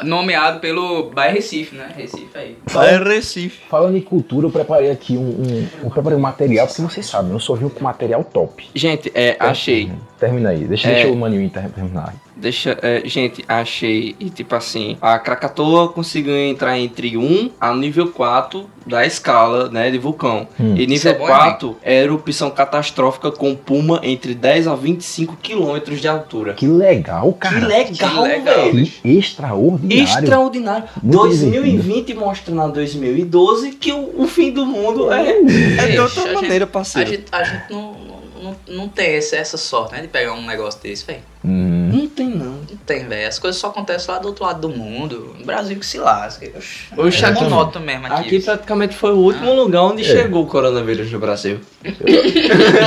Speaker 2: Nomeado pelo bairro Recife, né? Recife aí.
Speaker 3: É Recife.
Speaker 1: Falando em cultura, eu preparei aqui um, um- eu preparei um material, porque vocês sabem, eu só vim com material top. Tá?
Speaker 3: Gente, é, achei.
Speaker 1: Termina aí, deixa,
Speaker 3: É.
Speaker 1: deixa o Maninho inter- terminar.
Speaker 3: Deixa, é, gente, achei. E tipo assim, a Krakatoa conseguiu entrar entre 1 a nível 4 da escala, né, de vulcão.
Speaker 1: Hum.
Speaker 3: E
Speaker 2: Isso
Speaker 3: nível
Speaker 2: é bom,
Speaker 3: 4 é erupção catastrófica com puma entre 10 a 25 quilômetros de altura.
Speaker 1: Que legal,
Speaker 3: Que
Speaker 1: cara.
Speaker 3: legal,
Speaker 2: que legal.
Speaker 3: velho.
Speaker 1: Que extraordinário.
Speaker 3: Extraordinário.
Speaker 1: Muito
Speaker 3: 2020 mostrando a 2012 que o, o fim do mundo é,
Speaker 1: Hum.
Speaker 3: é de
Speaker 1: então
Speaker 2: Bicho,
Speaker 3: outra
Speaker 2: a gente-
Speaker 3: maneira,
Speaker 2: A
Speaker 3: parceiro.
Speaker 2: gente, a gente não, não, não tem essa, essa sorte, né? De pegar um negócio desse, velho.
Speaker 1: Hum.
Speaker 3: Não tem, não.
Speaker 2: Não tem, velho. As coisas só acontecem lá do outro lado do mundo. No Brasil que se lasca. Oxi,
Speaker 3: Oxe,
Speaker 2: é
Speaker 3: aqui-
Speaker 2: monótono mesmo aqui.
Speaker 3: Aqui Ah. praticamente foi o último lugar onde
Speaker 1: É.
Speaker 3: chegou o coronavírus no Brasil.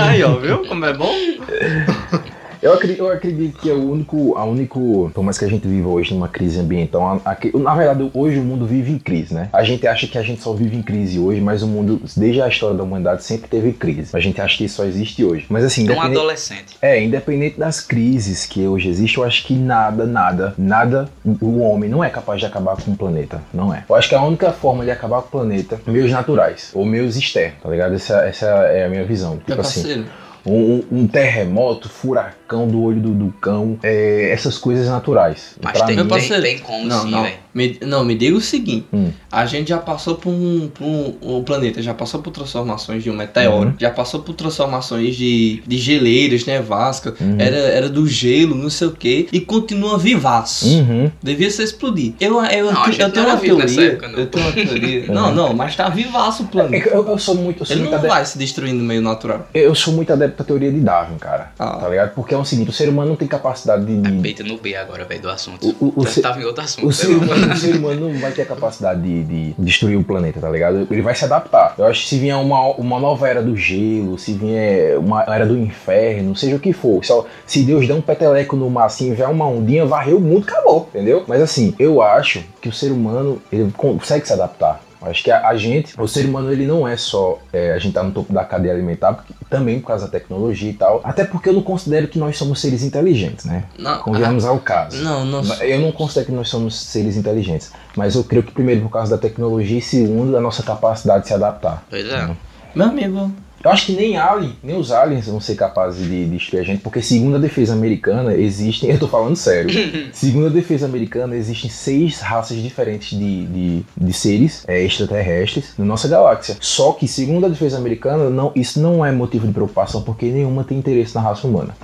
Speaker 3: Aí, ó, viu como é bom?
Speaker 1: Tipo Eu, acredito, eu acredito que é o único, a único, por mais que a gente viva hoje numa crise ambiental, a- a- na verdade hoje o mundo vive em crise, né? A gente acha que a gente só vive em crise hoje, mas o mundo, desde a história da humanidade, sempre teve crise. A gente acha que só existe hoje. Mas assim,
Speaker 2: É um
Speaker 1: independente-
Speaker 2: adolescente.
Speaker 1: É, independente das crises que hoje existem, eu acho que nada, nada, nada, o homem não é capaz de acabar com o planeta. Não é. Eu acho que a única forma de acabar com o planeta, meios naturais, ou meios externos, tá ligado? Essa, essa é a minha visão. Tipo assim,
Speaker 3: parceiro.
Speaker 1: um, um- um terremoto, furacão do olho do, do cão, é, essas coisas naturais.
Speaker 2: Mas
Speaker 1: Pra
Speaker 2: tem,
Speaker 3: mim-
Speaker 2: tem,
Speaker 3: Parceiro,
Speaker 2: tem como
Speaker 3: Não,
Speaker 2: sim,
Speaker 3: não.
Speaker 2: velho.
Speaker 3: Me, não, me diga o seguinte.
Speaker 1: Hum.
Speaker 3: A gente já passou por um, por um- O planeta já passou por transformações de um meteoro.
Speaker 1: Uhum.
Speaker 3: Já passou por transformações de, de geleiras, nevasca.
Speaker 1: Uhum.
Speaker 3: Era, era do gelo, não sei o quê. E continua vivaz.
Speaker 1: Uhum.
Speaker 3: Devia ser explodir. Eu, eu,
Speaker 2: Não, a
Speaker 3: eu,
Speaker 2: gente
Speaker 3: tenho
Speaker 2: não
Speaker 3: uma
Speaker 2: era vivo
Speaker 3: teoria.
Speaker 2: nessa época, não.
Speaker 3: Eu tenho uma teoria. não, não, mas tá vivaço o
Speaker 1: É
Speaker 3: planeta.
Speaker 1: que Eu, eu sou assim, muito, eu sou
Speaker 3: Ele
Speaker 1: muito
Speaker 3: não
Speaker 1: adepto,
Speaker 3: vai se destruir no meio natural.
Speaker 1: eu sou muito adepto à teoria de Darwin, cara.
Speaker 3: Ah.
Speaker 1: Tá ligado? Porque é o seguinte, o ser humano não tem capacidade de- de,
Speaker 2: Peita no B agora, velho, do assunto. Então,
Speaker 1: O- o- o
Speaker 3: Tá
Speaker 2: Você
Speaker 1: se-
Speaker 2: tava em outro assunto.
Speaker 1: O
Speaker 2: sei
Speaker 1: ser,
Speaker 2: lá.
Speaker 1: humano, o ser humano não vai ter a capacidade de, de destruir o planeta, tá ligado? Ele vai se adaptar. Eu acho que se vier uma, uma nova era do gelo, se vier uma era do inferno, seja o que for. Só, se Deus der um peteleco no mar assim, vier uma ondinha, varreu o mundo, acabou, entendeu? Mas assim, eu acho que o ser humano, ele consegue se adaptar. Eu Acho que a, a gente, o ser humano, ele não é só é, a gente tá no topo da cadeia alimentar, porque- também por causa da tecnologia e tal. Até porque eu não considero que nós somos seres inteligentes, né?
Speaker 3: Não,
Speaker 1: Convenhamos ao
Speaker 3: ah,
Speaker 1: caso.
Speaker 3: não, não.
Speaker 1: Eu não considero que nós somos seres inteligentes, mas eu creio que primeiro por causa da tecnologia e segundo da nossa capacidade de se adaptar. Uhum.
Speaker 2: Pois é.
Speaker 3: ah, Meu amigo,
Speaker 1: Eu acho que nem alien, nem os aliens vão ser capazes de de destruir a gente, porque segundo a defesa americana existem, eu tô falando sério, segundo a defesa americana existem seis raças diferentes de, de, de seres é, extraterrestres na nossa galáxia. Só que segundo a defesa americana, não, isso não é motivo de preocupação, porque nenhuma tem interesse na raça humana.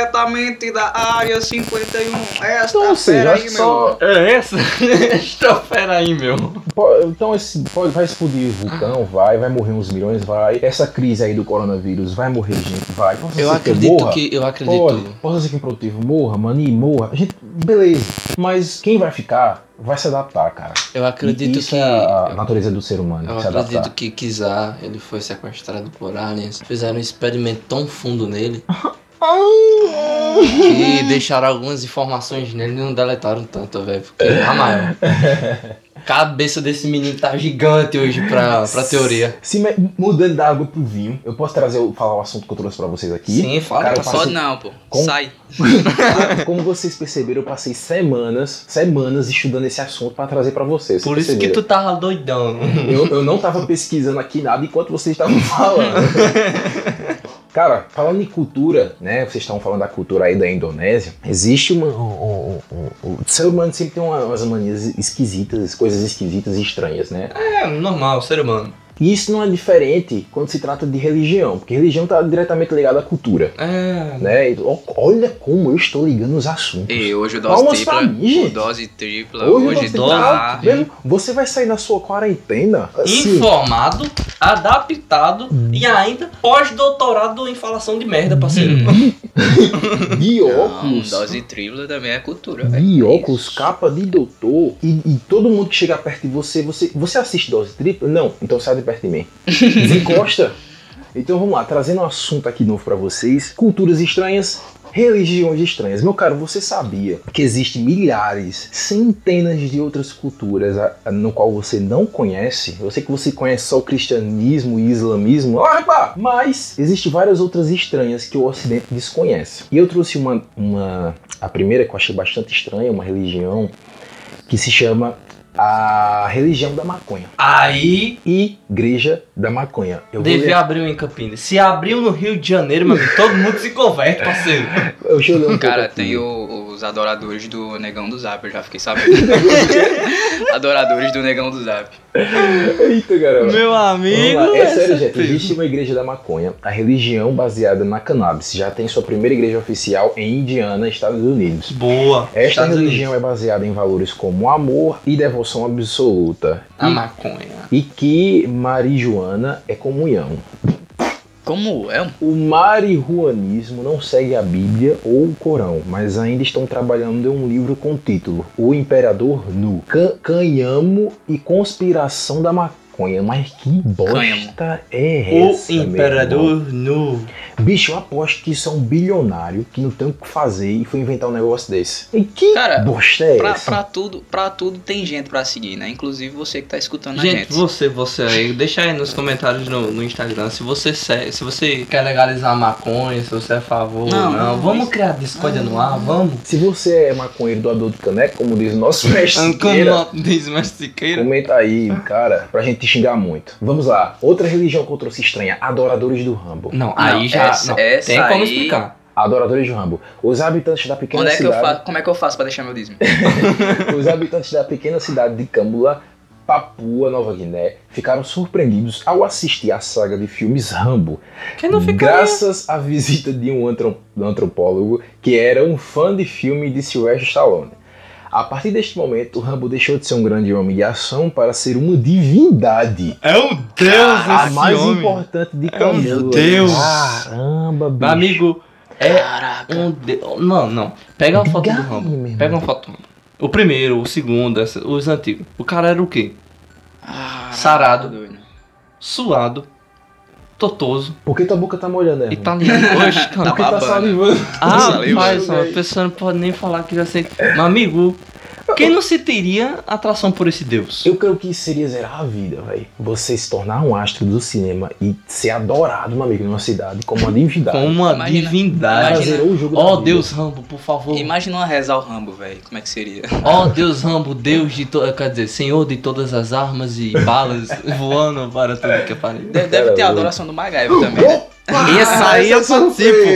Speaker 2: Diretamente da área 51. Esta
Speaker 1: Então, ou seja,
Speaker 2: fera
Speaker 1: acho
Speaker 2: Tá aí,
Speaker 1: que
Speaker 2: meu.
Speaker 1: só
Speaker 3: É essa?
Speaker 2: Então,
Speaker 3: Estou fera aí, meu.
Speaker 1: Po- Então esse pode, vai explodir o vulcão, vai, vai morrer uns milhões, vai. Essa crise aí do coronavírus, vai morrer gente, vai. Posso
Speaker 3: Eu
Speaker 1: ser
Speaker 3: acredito
Speaker 1: morra?
Speaker 3: que. Eu acredito.
Speaker 1: Pode, possa ser que improdutivo morra, mani, morra. Gente, beleza. Mas quem vai ficar vai se adaptar, cara.
Speaker 3: Eu acredito
Speaker 1: Isso
Speaker 3: que.
Speaker 1: é a natureza do ser humano,
Speaker 3: Eu
Speaker 1: se
Speaker 3: acredito
Speaker 1: adaptar.
Speaker 3: que Kizar, ele foi sequestrado por aliens. Fizeram um experimento tão fundo nele que deixaram algumas informações nele e não deletaram tanto, velho. Porque é maior. Cabeça desse menino tá gigante hoje pra, pra teoria.
Speaker 1: Se me- mudando da água pro vinho, eu posso trazer, o- falar o assunto que eu trouxe pra vocês aqui.
Speaker 3: Sim, fala,
Speaker 1: Cara, eu
Speaker 3: fala.
Speaker 1: faço-
Speaker 2: Pode não, pô.
Speaker 1: Com-
Speaker 2: Sai.
Speaker 1: Ah, Como vocês perceberam, eu passei semanas, semanas estudando esse assunto pra trazer pra vocês.
Speaker 3: Por isso que
Speaker 1: Perceberam?
Speaker 3: tu tava doidão.
Speaker 1: Eu, eu não tava pesquisando aqui nada enquanto vocês estavam falando. Cara, falando em cultura, né? Vocês estavam falando da cultura aí da Indonésia. Existe uma. um- um- um- um- o ser humano sempre tem uma- umas manias esquisitas, coisas esquisitas e estranhas, né?
Speaker 3: É, normal, ser humano.
Speaker 1: E isso não é diferente quando se trata de religião, porque religião tá diretamente ligada à cultura,
Speaker 3: É.
Speaker 1: né? E, ó, olha como eu estou ligando os assuntos.
Speaker 2: E hoje o
Speaker 1: Palmas
Speaker 2: dose
Speaker 1: pra
Speaker 2: tripla.
Speaker 1: mim, gente.
Speaker 2: o dose tripla.
Speaker 1: Hoje
Speaker 2: Hoje
Speaker 1: você,
Speaker 2: tá
Speaker 1: tá,
Speaker 2: lá.
Speaker 1: vendo? você vai sair da sua quarentena assim,
Speaker 3: Informado, adaptado
Speaker 1: Hum.
Speaker 3: e ainda pós-doutorado em falação de merda, parceiro.
Speaker 1: Hum. de
Speaker 2: Não,
Speaker 1: óculos.
Speaker 2: dose tripla também é cultura, velho.
Speaker 1: De óculos,
Speaker 2: Isso.
Speaker 1: capa de doutor e, e todo mundo que chega perto de você, você, você assiste dose tripla? Não, então sai de perto de mim. Desencosta. Então vamos lá, trazendo um assunto aqui novo pra vocês: culturas estranhas, religiões estranhas. Meu caro, você sabia que existem milhares, centenas de outras culturas a- a- no qual você não conhece? Eu sei que você conhece só o cristianismo e islamismo, ah, pá, mas existem várias outras estranhas que o Ocidente desconhece. E eu trouxe uma, uma a primeira que eu achei bastante estranha, uma religião que se chama a religião da maconha.
Speaker 3: Aí
Speaker 1: Igreja da maconha. Eu vou
Speaker 3: Deve
Speaker 1: ler,
Speaker 3: abrir um em Campinas. Se abriu no Rio de Janeiro, meu amigo, todo mundo se converte, parceiro.
Speaker 1: eu deixa eu ler um pouco
Speaker 2: Cara,
Speaker 1: aqui.
Speaker 2: tem o- os adoradores do Negão do Zap, eu já fiquei sabendo. adoradores do Negão do Zap.
Speaker 1: Eita, garoto.
Speaker 3: Meu
Speaker 1: Vamos lá.
Speaker 3: amigo.
Speaker 1: É sério, gente. Existe uma igreja da maconha, a religião baseada na cannabis. Já tem sua primeira igreja oficial em Indiana, Estados Unidos.
Speaker 3: Boa.
Speaker 1: Esta
Speaker 3: Estados
Speaker 1: religião é baseada em valores como amor e devoção absoluta.
Speaker 3: Unidos. A maconha.
Speaker 1: E que marijuana é comunhão.
Speaker 2: Como é?
Speaker 1: O marihuanismo não segue a Bíblia ou o Corão, mas ainda estão trabalhando em um livro com o título O Imperador Nu, Can Canhamo e Conspiração da Maconha. Mas que bosta é
Speaker 3: O
Speaker 1: essa? meu irmão?
Speaker 3: imperador nu.
Speaker 1: Bicho, eu aposto que isso é um bilionário que não tem o que fazer e foi inventar um negócio desse. E que
Speaker 2: Cara,
Speaker 1: bosta é
Speaker 2: Pra,
Speaker 1: essa?
Speaker 2: pra tudo, pra tudo tem gente pra seguir, né? Inclusive você que tá escutando a
Speaker 3: Gente,
Speaker 2: gente.
Speaker 3: você, você aí, deixa aí nos comentários no, no Instagram se você se, se você quer legalizar a maconha, se você é a favor ou não.
Speaker 2: Não, não,
Speaker 3: Vamos
Speaker 2: mas-
Speaker 3: criar discórdia no ar, vamos.
Speaker 1: Se você é maconheiro doador de caneco, como diz o nosso mestre, Siqueira,
Speaker 3: diz mais Siqueira.
Speaker 1: Comenta aí, cara, pra gente te xingar muito. Vamos lá. Outra religião que eu trouxe estranha: adoradores do Rambo.
Speaker 3: Não,
Speaker 2: Não,
Speaker 3: aí já.
Speaker 2: essa-
Speaker 3: não,
Speaker 2: essa
Speaker 3: tem como
Speaker 2: aí-
Speaker 3: explicar.
Speaker 1: Adoradores do Rambo. Os habitantes da pequena
Speaker 2: Onde é que eu
Speaker 1: cidade. É
Speaker 2: faço? Como é que eu faço pra deixar meu dízimo?
Speaker 1: os habitantes da pequena cidade de Câmbula, Papua Nova Guiné, ficaram surpreendidos ao assistir a saga de filmes Rambo,
Speaker 3: Quem não fica
Speaker 1: graças à visita de um antro- antropólogo que era um fã de filme de Sylvester Stallone. A partir deste momento, o Rambo deixou de ser um grande homem de ação para ser uma divindade.
Speaker 3: É o Deus
Speaker 1: a mais importante de Câmbula.
Speaker 3: meu Deus.
Speaker 1: Caramba, bicho.
Speaker 3: Amigo, é
Speaker 2: Caraca.
Speaker 3: um de... Não, não. Pega uma foto do
Speaker 1: Obrigado, meu
Speaker 3: Rambo.
Speaker 1: irmão.
Speaker 3: Pega uma foto. O primeiro, o segundo, essa- os antigos. O cara era o quê?
Speaker 2: Caraca,
Speaker 3: Sarado.
Speaker 2: doido.
Speaker 3: Suado, totoso,
Speaker 1: Por que tua boca tá molhando, Erlon?
Speaker 3: italiano. Oxe, cara.
Speaker 1: Por que tá
Speaker 2: babando.
Speaker 1: salivando?
Speaker 3: Ah,
Speaker 2: Saliva.
Speaker 3: rapaz, uma pessoa não pode nem falar que já sei. Mas, amigo, quem não se teria atração por esse Deus?
Speaker 1: Eu creio que isso seria zerar a vida, velho. Você se tornar um astro do cinema e ser adorado, meu amigo, numa cidade como uma divindade.
Speaker 3: Com uma
Speaker 2: Imagina-
Speaker 1: Ela
Speaker 3: divindade.
Speaker 2: imagina-
Speaker 1: zerou o jogo da
Speaker 3: Ó
Speaker 1: vida.
Speaker 3: Deus Rambo, por
Speaker 1: Um
Speaker 3: favor.
Speaker 2: Imagina uma rezar o Rambo, velho. Como é que seria?
Speaker 3: Ó Deus Rambo, Deus de todas. Quer dizer, Senhor de todas as armas e balas voando para tudo que é aparece.
Speaker 2: Deve, deve
Speaker 1: Cara,
Speaker 2: ter
Speaker 1: doido.
Speaker 2: a adoração do MacGyver também, né?
Speaker 3: Essa aí eu participo.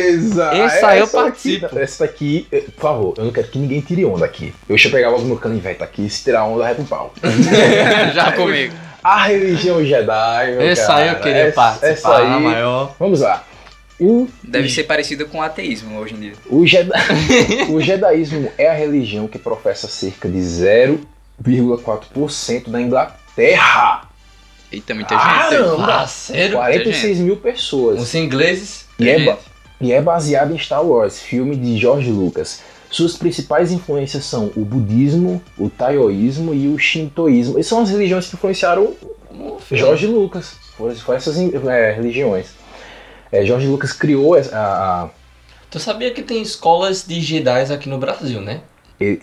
Speaker 3: Essa aí eu participo.
Speaker 1: Aqui, Ah, essa daqui, eh, por favor, eu não quero que ninguém tire onda aqui. Eu deixa eu pegar logo meu canivete aqui, se tirar onda, vai pro pau.
Speaker 2: né? Já comigo.
Speaker 1: A religião Jedi, meu
Speaker 3: Essa aí eu
Speaker 1: cara,
Speaker 3: queria
Speaker 1: essa-
Speaker 3: participar. né,
Speaker 1: Essa
Speaker 3: na
Speaker 1: aí,
Speaker 3: maior.
Speaker 1: vamos lá. O
Speaker 2: Deve ser parecida com o ateísmo hoje em dia.
Speaker 1: O, Jedi... o jedaísmo é a religião que professa cerca de 0,4% da Inglaterra.
Speaker 2: Eita, muita gente.
Speaker 1: Caramba!
Speaker 3: Parceiro.
Speaker 1: 46 mil pessoas.
Speaker 3: Ah, Os ingleses.
Speaker 1: E é, ba-
Speaker 3: gente,
Speaker 1: e é baseado em Star Wars, filme de George Lucas. Suas principais influências são o budismo, o taoísmo e o shintoísmo. E são as religiões que influenciaram
Speaker 3: como foi?
Speaker 1: Jorge Lucas. Foram foram essas é, religiões. É, Jorge Lucas criou essa- a. a
Speaker 3: Tu sabia que tem escolas de Jedi aqui no Brasil, né?
Speaker 1: e-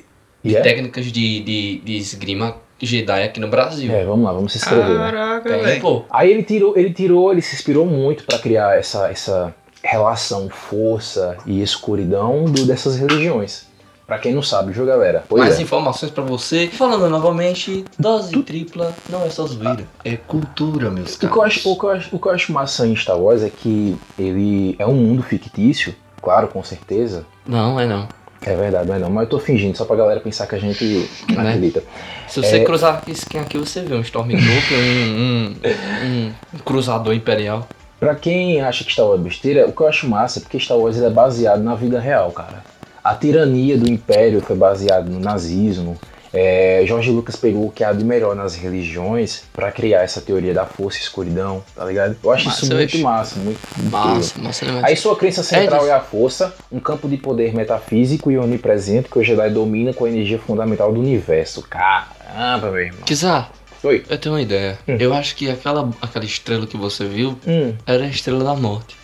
Speaker 3: De
Speaker 1: e é?
Speaker 3: técnicas de, de, de esgrima Jedi aqui no Brasil.
Speaker 1: É, vamos lá, vamos se inscrever, né?
Speaker 4: Caraca,
Speaker 3: Tem,
Speaker 4: velho.
Speaker 3: pô.
Speaker 1: Aí ele tirou, ele tirou, ele se inspirou muito pra criar essa, essa relação força e escuridão do- dessas religiões. Pra quem não sabe, viu, galera? Pois
Speaker 3: Mais
Speaker 1: é.
Speaker 3: informações pra você. Falando novamente, dose tripla não é só zoeira, é cultura, meus
Speaker 1: O
Speaker 3: caros.
Speaker 1: que, eu acho, o, que eu acho, o que eu acho massa em Star Wars é que ele é um mundo fictício, claro, com certeza.
Speaker 3: Não, é não.
Speaker 1: É verdade, não é não, mas eu tô fingindo, só pra galera pensar que a gente
Speaker 3: Né?
Speaker 1: acredita.
Speaker 3: Se você
Speaker 1: É.
Speaker 3: cruzar esse skin aqui, você vê um Stormtrooper, um, um, um cruzador imperial.
Speaker 1: Pra quem acha que Star Wars é besteira, o que eu acho massa é porque Star Wars ele é baseado na vida real, cara. A tirania do Império foi baseada no nazismo. É, Jorge Lucas pegou o que há de melhor nas religiões pra criar essa teoria da força e escuridão, tá ligado? Eu acho
Speaker 3: Massa,
Speaker 1: isso muito
Speaker 3: bicho.
Speaker 1: massa, muito muito
Speaker 3: Massa, massa demais.
Speaker 1: Aí sua crença central
Speaker 3: disso.
Speaker 1: é, a força, um campo de poder metafísico e onipresente que o Jedi domina com a energia fundamental do universo. Caramba, meu irmão.
Speaker 3: Kizar,
Speaker 1: Oi.
Speaker 3: eu tenho uma ideia.
Speaker 1: Hum.
Speaker 3: Eu acho que aquela, aquela estrela que você viu
Speaker 1: Hum.
Speaker 3: era a estrela da morte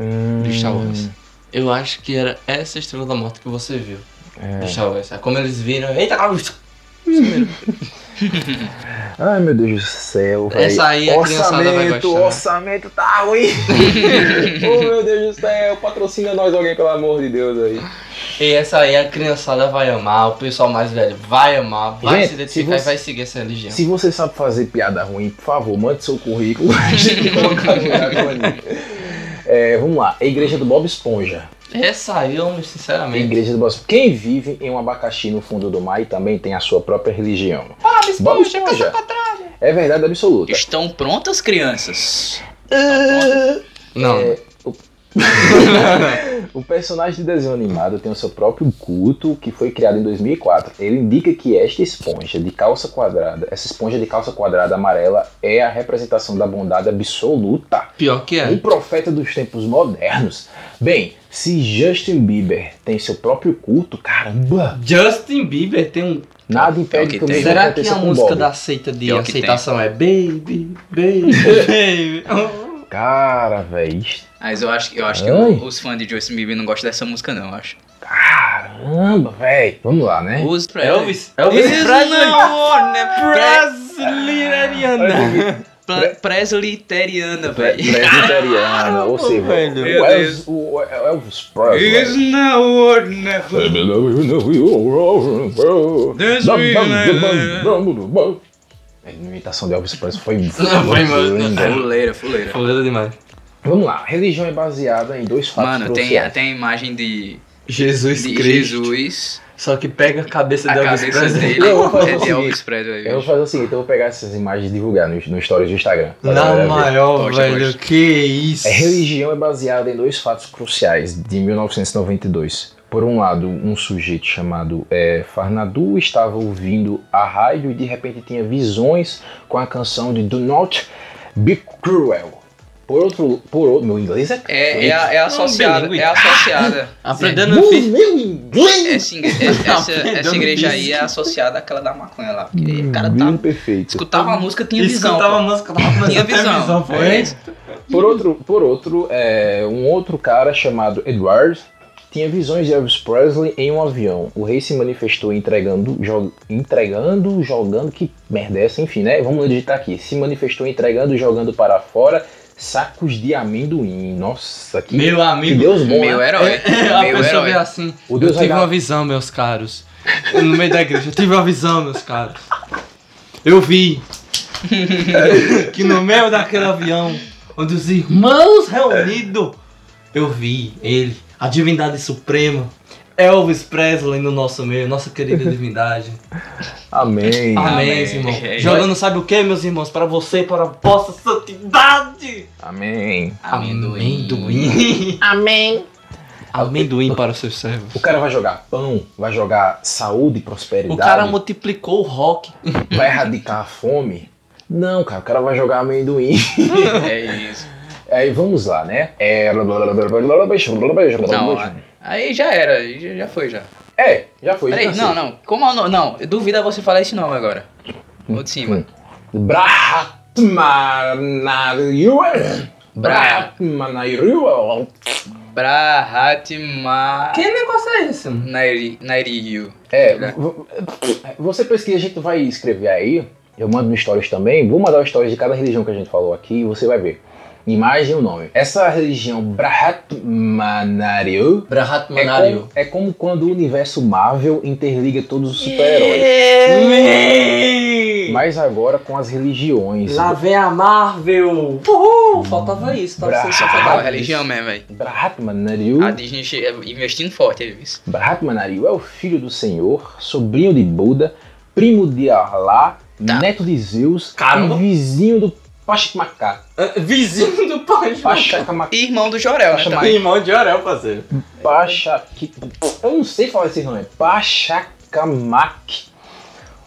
Speaker 1: Hum.
Speaker 3: de Star Wars. Eu acho que era essa estrela da morte que você viu de Star Wars. É como eles viram. Eita, cara, isso mesmo.
Speaker 1: Ai, meu Deus do céu, velho.
Speaker 3: Essa aí a criançada vai
Speaker 1: orçamento,
Speaker 3: gostar.
Speaker 1: orçamento tá ruim. oh, meu Deus do céu, patrocina nós alguém, pelo amor de Deus aí.
Speaker 3: E essa aí a criançada vai amar, o pessoal mais velho vai amar, vai
Speaker 1: Gente,
Speaker 3: se
Speaker 1: se
Speaker 3: identificar
Speaker 1: você-
Speaker 3: e vai seguir essa religião.
Speaker 1: Se você sabe fazer piada ruim, por favor, mande seu currículo. A gente coloca no lugar bonito. É, vamos lá, a igreja do Bob Esponja.
Speaker 3: Essa aí, eu,
Speaker 1: A
Speaker 3: sinceramente.
Speaker 1: igreja do Bob Esponja. Quem vive em um abacaxi no fundo do mar e também tem a sua própria religião. Bob Esponja! É verdade absoluta.
Speaker 2: Estão prontas, crianças?
Speaker 3: Não,
Speaker 1: O personagem de desenho animado tem o seu próprio culto, que foi criado em 2004. Ele indica que esta esponja de calça quadrada, essa esponja de calça quadrada amarela, é a representação da bondade absoluta.
Speaker 3: pior que
Speaker 1: Um
Speaker 3: é.
Speaker 1: profeta dos tempos modernos. Bem, se Justin Bieber tem seu próprio culto, caramba,
Speaker 3: Justin Bieber tem um.
Speaker 1: nada
Speaker 2: É o
Speaker 1: impede
Speaker 2: que
Speaker 1: que o
Speaker 2: tem.
Speaker 1: mesmo
Speaker 3: Será que
Speaker 1: aconteça
Speaker 3: a
Speaker 1: um com
Speaker 3: música
Speaker 1: Bob.
Speaker 3: da seita de
Speaker 2: Pior que
Speaker 3: aceitação é Baby, Baby, Baby?
Speaker 1: Cara, velho,
Speaker 2: Mas eu acho, que- eu acho que
Speaker 1: Ai.
Speaker 2: o- os fãs de Justin Bieber não gostam dessa música, não, eu acho.
Speaker 1: caramba, velho. Vamos lá, né?
Speaker 2: Os
Speaker 3: É. Elvis? É Elvis
Speaker 2: Isso
Speaker 3: Presley!
Speaker 2: não, é né?
Speaker 3: Brasileirariana!
Speaker 2: Pre- Presliteriana,
Speaker 1: Pre-
Speaker 2: velho.
Speaker 1: Presbiteriana, ou seja,
Speaker 3: velho.
Speaker 1: o
Speaker 2: Meu
Speaker 1: Elvis, o é Elvis Presley.
Speaker 2: não, né?
Speaker 1: A imitação de Elvis Presley foi
Speaker 3: Foi, mano.
Speaker 1: linda.
Speaker 2: É Fuleira, fuleira.
Speaker 3: Foda demais.
Speaker 1: Vamos lá, religião é baseada em dois fatos
Speaker 2: Mano, tem,
Speaker 1: cruciais.
Speaker 2: tem a imagem de,
Speaker 3: Jesus
Speaker 2: de
Speaker 3: Cristo.
Speaker 2: Jesus,
Speaker 3: Só que pega a cabeça
Speaker 2: a
Speaker 3: de Elvis
Speaker 2: cabeça
Speaker 3: Presley.
Speaker 2: dele
Speaker 1: Eu vou fazer
Speaker 2: é
Speaker 1: o
Speaker 2: de Elvis
Speaker 1: seguinte,
Speaker 2: Presley.
Speaker 1: Eu vou fazer o seguinte, eu vou pegar essas imagens e divulgar no, no stories do Instagram. pra
Speaker 3: Na
Speaker 1: galera ver.
Speaker 3: maior,
Speaker 2: Gosta,
Speaker 3: velho,
Speaker 2: gosta.
Speaker 3: que isso?
Speaker 1: A religião é baseada em dois fatos cruciais de 1992. Por um lado, um sujeito chamado eh, Farnadu estava ouvindo a rádio e de repente tinha visões com a canção de Do Not Be Cruel. Por outro, por outro, meu inglês é
Speaker 2: É, é, a- é associada,
Speaker 3: bilíngue.
Speaker 2: é associada.
Speaker 3: Aprendendo
Speaker 1: Meu,
Speaker 3: fi-
Speaker 1: meu inglês!
Speaker 2: Essa, igre- essa, essa
Speaker 3: Dando
Speaker 2: igreja aí
Speaker 3: pisca.
Speaker 2: é associada àquela da maconha lá. Porque o cara tá,
Speaker 1: Bem é perfeito.
Speaker 2: escutava a música, tinha visão.
Speaker 3: Escutava a
Speaker 2: pô.
Speaker 3: música, tava fazendo
Speaker 2: Tinha
Speaker 3: até
Speaker 2: visão. É.
Speaker 3: foi?
Speaker 1: Por outro, por outro é, um outro cara chamado Edward tinha visões de Elvis Presley em um avião. O rei se manifestou entregando, jog- entregando, jogando, que merda é essa? Enfim, né? Vamos digitar aqui. Se manifestou entregando, jogando para fora sacos de amendoim. Nossa, que,
Speaker 3: Meu
Speaker 1: que
Speaker 3: amigo.
Speaker 1: Deus bom, né?
Speaker 2: Meu herói.
Speaker 3: A
Speaker 2: Meu
Speaker 3: pessoa
Speaker 2: herói.
Speaker 3: veio assim.
Speaker 1: O Deus
Speaker 3: eu
Speaker 1: vai
Speaker 3: tive
Speaker 1: dar-
Speaker 3: uma visão, meus caros. Eu, no meio da igreja, eu tive uma visão, meus caros. Eu vi que no meio daquele avião, onde os irmãos reunidos, eu vi ele, a divindade suprema, Elvis Presley no nosso meio, nossa querida divindade.
Speaker 1: Amém.
Speaker 3: Ah, Amém,
Speaker 2: Amém.
Speaker 3: irmão.
Speaker 2: É isso.
Speaker 3: Jogando sabe o que, meus irmãos? Para você e para a vossa santidade.
Speaker 1: Amém.
Speaker 3: Amendoim.
Speaker 4: Amém.
Speaker 3: Amendoim para os seus servos.
Speaker 1: O cara vai jogar pão, vai jogar saúde e prosperidade.
Speaker 3: O cara multiplicou o rock.
Speaker 1: vai erradicar a fome? Não, cara, o cara vai jogar amendoim.
Speaker 2: É isso.
Speaker 1: Aí vamos lá, né? É.
Speaker 2: Não, é. aí já era, aí já já foi já.
Speaker 1: É, já foi.
Speaker 2: Peraí,
Speaker 1: já
Speaker 2: não, não. Como é o nome? Não, eu duvido você falar esse nome agora. Vou de
Speaker 1: Hum.
Speaker 2: cima.
Speaker 1: não. Brahmanayuan. Brahmanayuan.
Speaker 2: pra Hatima.
Speaker 3: Que negócio é esse, mano?
Speaker 2: Nairi, Nairiyu.
Speaker 1: É, vo- você pesquisa, a gente vai escrever aí. Eu mando no stories também. Vou mandar o stories de cada religião que a gente falou aqui e você vai ver. Imagem e o nome. Essa religião Brahmanaryu
Speaker 3: Brahat
Speaker 1: é,
Speaker 3: Manario.
Speaker 1: como- é como quando o universo Marvel interliga todos os super-heróis.
Speaker 3: Amém!
Speaker 1: Mas agora com as religiões.
Speaker 3: Lá vem a Marvel! Uhul! Faltava isso, tá? tava
Speaker 1: Braço.
Speaker 3: sem
Speaker 2: Só faltava
Speaker 1: Ah,
Speaker 2: é religião mesmo, velho.
Speaker 1: Brahmanaryu.
Speaker 2: A Disney che- investindo forte, é ele disse.
Speaker 1: Brahmanaryu é o filho do Senhor, sobrinho de Buda, primo de Arlá,
Speaker 2: Tá.
Speaker 1: neto de Zeus
Speaker 3: Caramba.
Speaker 1: e vizinho do Pachacamacaca.
Speaker 3: É, Vizinho do pai
Speaker 1: Pachacamacaca.
Speaker 2: E irmão do Jorel, né?
Speaker 1: Acha
Speaker 2: Também.
Speaker 1: mais-
Speaker 3: Irmão de Orel, parceiro.
Speaker 1: Pacha... que- Eu não sei falar esse nome. Pachacamac.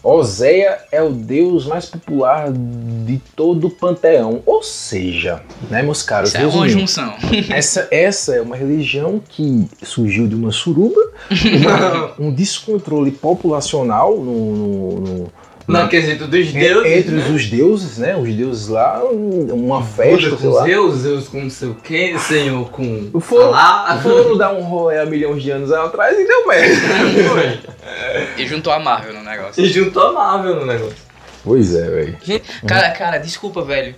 Speaker 1: Oséia é o deus mais popular de todo o panteão. Ou seja, né, meus caros?
Speaker 2: Isso é uma
Speaker 1: resumindo,
Speaker 2: junção.
Speaker 1: essa, essa é uma religião que surgiu de uma suruba, uma- um descontrole populacional no- no- no,
Speaker 3: Na quesito dos deuses.
Speaker 1: entre
Speaker 3: né?
Speaker 1: os deuses, né? Os deuses lá, um- uma
Speaker 3: Buda
Speaker 1: festa, sei
Speaker 3: com
Speaker 1: lá.
Speaker 3: Zeus, Zeus com não sei o que, Senhor com.
Speaker 1: Foram-
Speaker 3: Alá.
Speaker 1: Foram dar um rolê há milhões de anos atrás e deu merda.
Speaker 2: E juntou a Marvel no negócio.
Speaker 3: E juntou a Marvel né, no negócio.
Speaker 1: Pois é, velho.
Speaker 2: Gente, cara, cara, desculpa, velho.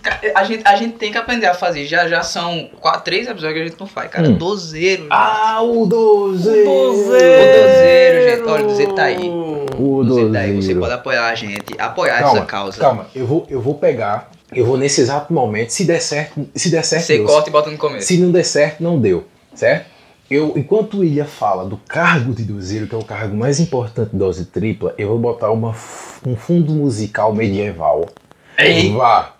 Speaker 2: Ca- A gente, a gente tem que aprender a fazer. Já, já são quatro, três episódios que a gente não faz, cara.
Speaker 1: Hum.
Speaker 2: Dozeiro.
Speaker 1: Ah, o dozeiro!
Speaker 2: dozeiro, gente. Olha, o dozeiro tá aí.
Speaker 1: O
Speaker 2: Você, daí você pode
Speaker 1: dozeiro.
Speaker 2: apoiar a gente, apoiar essa
Speaker 1: Calma,
Speaker 2: causa.
Speaker 1: calma. Eu vou, eu vou pegar, eu vou nesse exato momento, se der certo, se der certo,
Speaker 2: Você
Speaker 1: deu.
Speaker 2: corta e bota no começo.
Speaker 1: Se não der certo, não deu, certo? Eu, enquanto o Ilha fala do cargo de dozeiro, que é o cargo mais importante da dose tripla, eu vou botar uma, f- um fundo musical medieval. É
Speaker 3: Ei,
Speaker 1: Vá!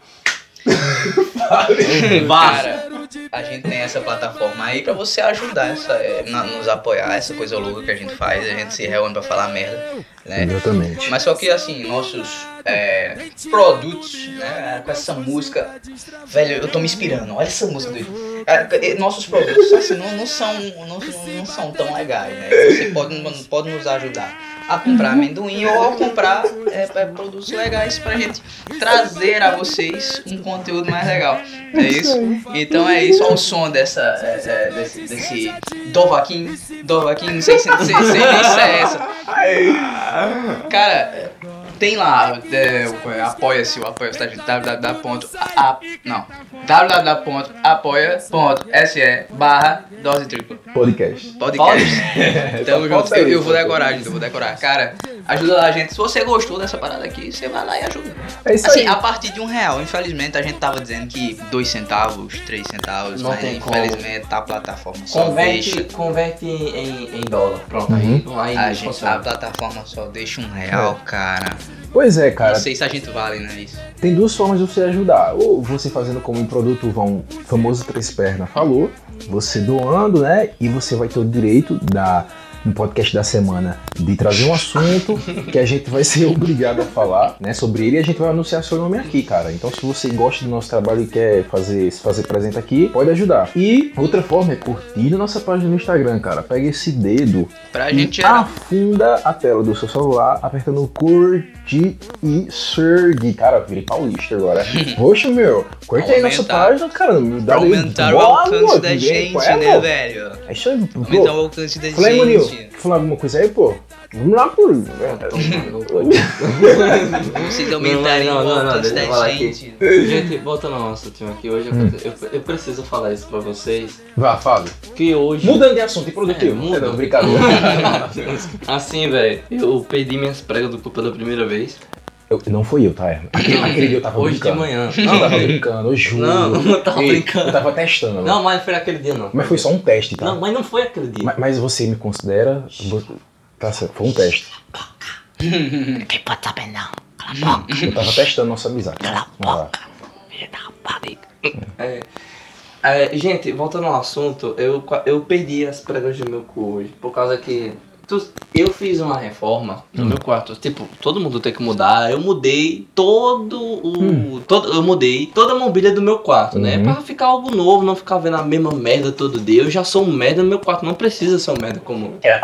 Speaker 3: vara.
Speaker 2: Uhum. Cara, a gente tem essa plataforma aí pra você ajudar essa, é, na- nos apoiar, essa coisa louca que a gente faz, a gente se reúne pra falar merda, né?
Speaker 1: Exatamente.
Speaker 2: Mas só que assim, nossos é, produtos, né, com essa música, velho, eu tô me inspirando, olha essa música do É, é, Nossos produtos assim, não, não são, não, não são tão legais, né? Você pode, pode nos ajudar a comprar amendoim ou a comprar é, é, produtos legais pra gente trazer a vocês um conteúdo mais legal. É isso? Então é isso, olha o som dessa. é, é, desse. desse Dovaquim. Dovaquim, não sei se não sei, sei nem se é essa. Cara, tem lá. é, o- é, apoia-se o apoia-se tá, da gente. www. a- a- Não. www.apoia.se barra dose tripla.
Speaker 1: Podcast.
Speaker 2: Podcast.
Speaker 1: Então,
Speaker 2: Tamo junto. Eu, eu vou
Speaker 1: Podcast.
Speaker 2: decorar, gente. Eu vou decorar. Cara, ajuda lá, gente. Se você gostou dessa parada aqui, você vai lá e ajuda.
Speaker 1: É isso
Speaker 2: Assim,
Speaker 1: aí.
Speaker 2: a partir de um real, infelizmente, a gente tava dizendo que dois centavos, três centavos,
Speaker 3: Não
Speaker 2: mas
Speaker 3: tem como.
Speaker 2: infelizmente a plataforma só
Speaker 3: Converte,
Speaker 2: deixa.
Speaker 3: converte em, em- em dólar. Pronto,
Speaker 1: Uhum.
Speaker 3: aí,
Speaker 2: A,
Speaker 3: aí
Speaker 2: gente- a
Speaker 3: funciona.
Speaker 2: plataforma só deixa um real, cara.
Speaker 1: Pois é, cara.
Speaker 2: Não sei se a gente vale, né? Isso.
Speaker 1: Tem duas formas de você ajudar. Ou você fazendo como o produto vão famoso Três Pernas falou, você doando, né? E você vai ter o direito da no podcast da semana de trazer um assunto que a gente vai ser obrigado a falar, né, sobre ele e a gente vai anunciar seu nome aqui, cara. Então se você gosta do nosso trabalho e quer fazer se fazer presente aqui, pode ajudar. E outra forma é curtir a nossa página no Instagram, cara. Pega esse dedo
Speaker 2: Pra
Speaker 1: e
Speaker 2: gente era.
Speaker 1: afunda a tela do seu celular apertando curtir e surge. Cara, eu virei paulista agora. Poxa, meu, curte aí nossa
Speaker 2: Aumentar.
Speaker 1: página, cara. Me dá
Speaker 2: Pra
Speaker 1: aí.
Speaker 2: aumentar o
Speaker 1: Boa,
Speaker 2: alcance
Speaker 1: amor,
Speaker 2: da
Speaker 1: que
Speaker 2: gente,
Speaker 1: qual é,
Speaker 2: né,
Speaker 1: amor?
Speaker 2: velho?
Speaker 1: É isso aí,
Speaker 2: Aumentar o
Speaker 1: pô.
Speaker 2: alcance da
Speaker 1: Fala aí, Munil.
Speaker 2: gente.
Speaker 1: Fala alguma coisa aí, pô. Vamos lá, pô.
Speaker 2: Vocês
Speaker 3: Não,
Speaker 2: aumentarem o
Speaker 3: não, não, não,
Speaker 2: alcance
Speaker 3: deixa eu falar
Speaker 2: da
Speaker 3: aqui.
Speaker 2: gente.
Speaker 3: Gente, volta no nosso time aqui hoje. eu-
Speaker 1: Hum.
Speaker 3: Eu, eu preciso falar isso pra vocês.
Speaker 1: Vá, fala.
Speaker 3: Que hoje.
Speaker 1: Mudando de assunto, e
Speaker 3: É,
Speaker 1: produtivo.
Speaker 3: muda.
Speaker 1: Não, brincadeira.
Speaker 3: Assim, velho, eu perdi minhas pregas do cu pela primeira vez.
Speaker 1: Eu- não foi eu, tá? Erna? Aquele, aquele dia eu tava
Speaker 3: Hoje de
Speaker 1: brincando.
Speaker 3: manhã.
Speaker 1: Não, eu tava
Speaker 3: Não,
Speaker 1: brincando, eu juro.
Speaker 3: não, não tava
Speaker 1: Ei,
Speaker 3: brincando.
Speaker 1: Eu tava testando.
Speaker 3: Não, mas não foi aquele dia, não.
Speaker 1: Mas foi só um teste, tá?
Speaker 3: Não, mas não foi aquele dia.
Speaker 1: Ma- Mas, você me considera. vo- Tá certo, foi um teste. Eu tava testando nossa amizade. Vamos lá.
Speaker 3: É, gente, voltando ao assunto, eu, qua- eu perdi as pregas do meu cu hoje. Por causa que. tu- eu fiz uma reforma no meu quarto. Tipo, todo mundo tem que mudar. Eu mudei todo o. Todo, eu mudei toda a mobília do meu quarto, né?
Speaker 1: Uhum.
Speaker 3: Pra ficar algo novo, não ficar vendo a mesma merda todo dia. Eu já sou um merda no meu quarto, não precisa ser um merda comum.
Speaker 1: é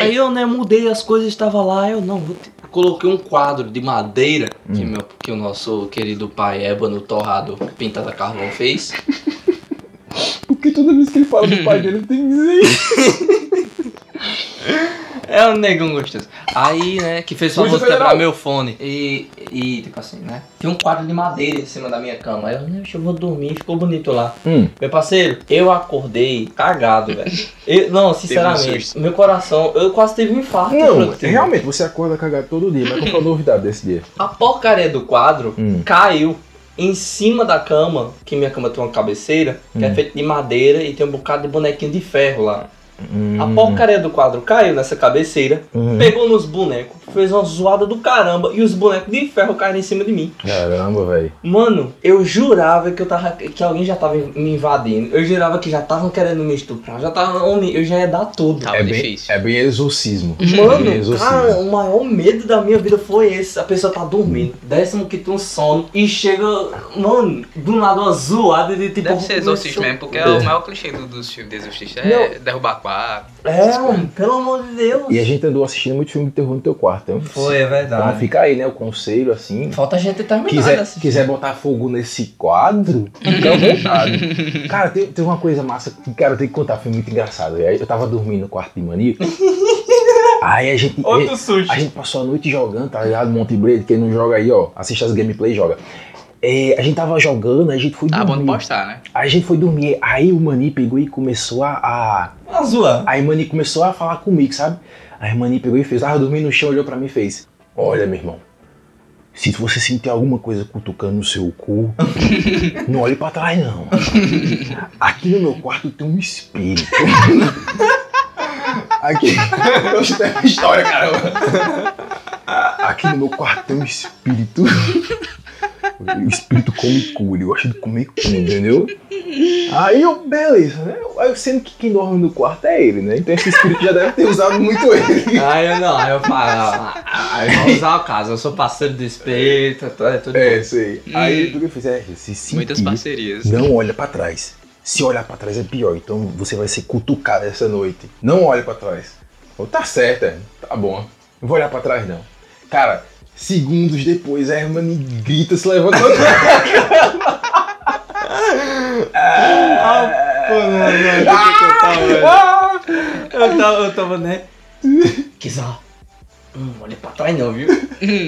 Speaker 3: Aí eu, né, mudei as coisas, estava lá, eu não, vou ter- coloquei um quadro de madeira que, meu, que o nosso querido pai Ébano Torrado Pintado a Carvão fez.
Speaker 1: Porque toda vez que ele fala do pai dele, ele tem que dizer isso.
Speaker 3: É um negão gostoso. Aí, né, que fez uma
Speaker 1: Polícia
Speaker 3: música pra
Speaker 1: Federal.
Speaker 3: meu fone. E, e, tipo assim, né? Tinha um quadro de madeira em cima da minha cama. Aí eu, "Ixi, eu vou dormir, ficou bonito lá.
Speaker 1: Hum.
Speaker 3: Meu parceiro, eu acordei cagado, velho. Eu- Não,
Speaker 2: Teve um
Speaker 3: sinceramente,
Speaker 2: susto.
Speaker 3: meu coração, eu quase teve um infarto.
Speaker 1: Não, é
Speaker 3: Brutinho.
Speaker 1: realmente, você acorda cagado todo dia, mas qual foi a novidade desse dia?
Speaker 3: A porcaria do quadro
Speaker 1: Hum.
Speaker 3: caiu em cima da cama, que minha cama tem uma cabeceira, que é
Speaker 1: Hum.
Speaker 3: feita de madeira e tem um bocado de bonequinho de ferro lá. A
Speaker 1: Hum,
Speaker 3: porcaria do quadro caiu nessa cabeceira,
Speaker 1: hum.
Speaker 3: pegou nos bonecos, fez uma zoada do caramba e os bonecos de ferro caíram em cima de mim.
Speaker 1: Caramba, velho.
Speaker 3: Mano, eu jurava que eu tava. que alguém já tava me invadindo. Eu jurava que já estavam querendo me estuprar. Já tava. homem, Eu já ia dar tudo.
Speaker 2: Tava
Speaker 1: É bem,
Speaker 2: difícil.
Speaker 1: é bem exorcismo.
Speaker 3: Mano,
Speaker 1: É exorcismo.
Speaker 3: cara, o maior medo da minha vida foi esse. A pessoa tá dormindo, décimo que tem um sono e chega, mano, do nada uma zoada de tipo.
Speaker 2: Deve ser exorcista
Speaker 3: começou-
Speaker 2: mesmo, porque é o maior clichê do- dos filmes de exorcista é derrubar quadro.
Speaker 3: É, mano, pelo amor de Deus.
Speaker 1: E a gente andou assistindo muito filme de terror no teu quarto, então.
Speaker 3: Foi, é
Speaker 1: Então
Speaker 3: verdade.
Speaker 1: fica aí, né? O conselho, assim.
Speaker 3: Falta a gente terminar
Speaker 1: Quiser,
Speaker 3: dessa-
Speaker 1: quiser botar fogo nesse quadro, fica à vontade. Cara, tem, tem uma coisa massa. que, Cara, eu tenho que contar, foi muito engraçado. Aí Eu tava dormindo no quarto de mania. Aí a gente.
Speaker 3: Outro susto.
Speaker 1: A gente passou a noite jogando, tá ligado? Monte Blade, quem não joga aí, ó, assiste as gameplays e joga. É, a gente tava jogando, a gente foi
Speaker 2: Tá bom de
Speaker 1: dormir.
Speaker 2: postar, né?
Speaker 1: a gente foi dormir. Aí o Mani pegou e começou a. a
Speaker 3: Uma zoa.
Speaker 1: aí o Mani começou a falar comigo, sabe? Aí o Mani pegou e fez. Tava dormindo no chão, olhou pra mim e fez. Olha, meu irmão. Se você sentir alguma coisa cutucando no seu cu, não olhe pra trás, não. Aqui no meu quarto tem um espírito. Aqui. Eu tenho uma história, caramba. Aqui no meu quarto tem um espírito. O espírito come cu, ele gosta de comer cu, entendeu? Aí eu, beleza, né? Aí, sendo que quem dorme no quarto é ele, né? Então esse espírito já deve ter usado muito ele.
Speaker 3: Aí eu não, aí eu falo, aí eu vou usar o caso, eu sou parceiro de espírito, tô- é tudo.
Speaker 1: É, sei. Aí o que eu fiz é, se sentir,
Speaker 2: Hum. Muitas parcerias.
Speaker 1: não olha pra trás. Se olhar pra trás é pior, então você vai ser cutucado essa noite. Não olha pra trás. Ou tá certa, tá bom. Não vou olhar pra trás não. Cara, segundos depois a Hermione grita se levantando.
Speaker 3: Ah, Pô, não, não, deixa eu contar, velho. Eu tava, eu tava, né? Kizar. Não olha pra trás não, viu?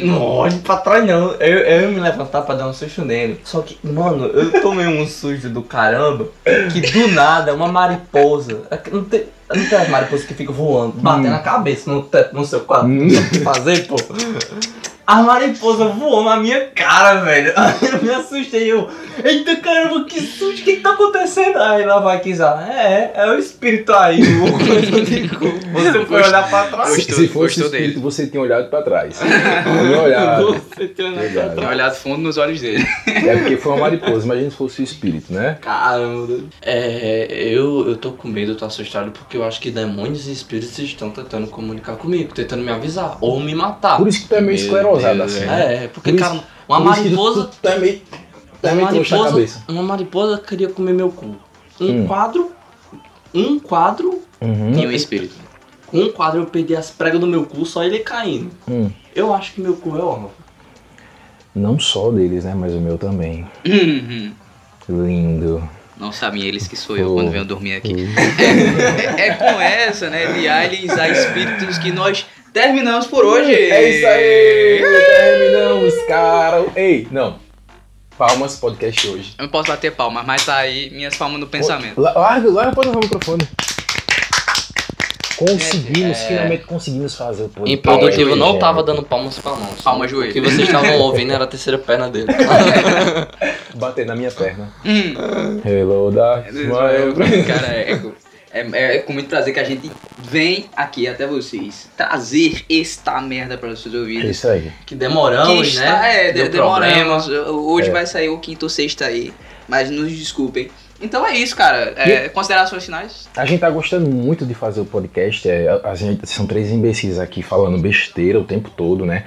Speaker 3: Não olhe pra trás não. Eu, eu ia me levantar pra dar um susto nele. Só que, mano, eu tomei um sujo do caramba que do nada é uma mariposa. É Não tem, não tem as mariposas que ficam voando, batendo na cabeça no teto, no seu quadro.
Speaker 1: Hum.
Speaker 3: Não tem o que fazer, pô. A mariposa voou na minha cara, velho. Eu me assustei, eu. Eita caramba, que susto, o que, que tá acontecendo? Aí lá vai Kizar. É, é o espírito aí, o coisa de cu. Você foi olhar pra trás.
Speaker 1: Se-
Speaker 2: Gostou-
Speaker 1: se fosse
Speaker 2: gostou
Speaker 1: o espírito,
Speaker 2: dele.
Speaker 1: você tinha olhado pra trás. Não olhado.
Speaker 3: Você tem olhado pra
Speaker 1: Verdade.
Speaker 2: Tem olhado fundo nos olhos dele.
Speaker 1: É porque foi uma mariposa, imagina se fosse o espírito, né?
Speaker 3: Caramba. É, eu, eu tô com medo, eu tô assustado porque eu acho que demônios e espíritos estão tentando comunicar comigo, tentando me avisar ou me matar.
Speaker 1: Por isso que tu é meio
Speaker 2: Meu
Speaker 1: esclerosado
Speaker 2: Deus,
Speaker 1: assim.
Speaker 2: é.
Speaker 1: né?
Speaker 3: É, porque,
Speaker 1: Por isso-
Speaker 3: cara, uma
Speaker 1: Por isso que tu-
Speaker 3: mariposa.
Speaker 1: Tu é meio. Tu é
Speaker 3: Uma
Speaker 1: meio trouxa na
Speaker 3: mariposa,
Speaker 1: cabeça.
Speaker 3: uma mariposa queria comer meu cu. Um
Speaker 1: Hum.
Speaker 3: quadro. Um quadro.
Speaker 1: Uhum.
Speaker 2: Tem um espírito.
Speaker 3: Com um quadro eu perdi as pregas do meu cu, só ele caindo.
Speaker 1: Hum.
Speaker 3: Eu acho que meu cu é órfão.
Speaker 1: Não só deles, né? Mas o meu também.
Speaker 2: Uhum.
Speaker 1: Lindo.
Speaker 2: Não sabem eles que sou eu
Speaker 1: Oh.
Speaker 2: quando venho dormir aqui.
Speaker 3: Hum.
Speaker 2: É, é com essa, né? De aliens a espíritos que nós terminamos por hoje.
Speaker 1: É isso aí! Terminamos, cara! Ei, não. Palmas podcast hoje.
Speaker 2: Eu não posso bater palmas, mas tá aí minhas palmas no pensamento.
Speaker 1: La- Larga, larga pra não o microfone. Conseguimos, finalmente conseguimos fazer o podcast.
Speaker 3: É. Improdutivo, não
Speaker 1: É.
Speaker 3: tava dando palmas pra mão.
Speaker 2: Palma,
Speaker 3: O
Speaker 2: joelho.
Speaker 3: que vocês estavam ouvindo era a terceira perna dele.
Speaker 1: Bater na minha perna. É
Speaker 2: Hum.
Speaker 1: Hello, Dark Smile.
Speaker 2: Cara, é, com- é- é com muito prazer que a gente vem aqui até vocês trazer esta merda para os seus
Speaker 1: É
Speaker 2: ouvidos.
Speaker 1: isso aí.
Speaker 3: Que demoramos,
Speaker 2: que está,
Speaker 3: né?
Speaker 2: é, de-
Speaker 3: Deu problema.
Speaker 2: demoramos. Hoje
Speaker 1: É.
Speaker 2: vai sair o quinto ou sexto aí, mas nos desculpem. Então é isso, cara. É, Considerações finais?
Speaker 1: A gente tá gostando muito de fazer o podcast. é, a, a gente, são três imbecis aqui falando besteira o tempo todo, né?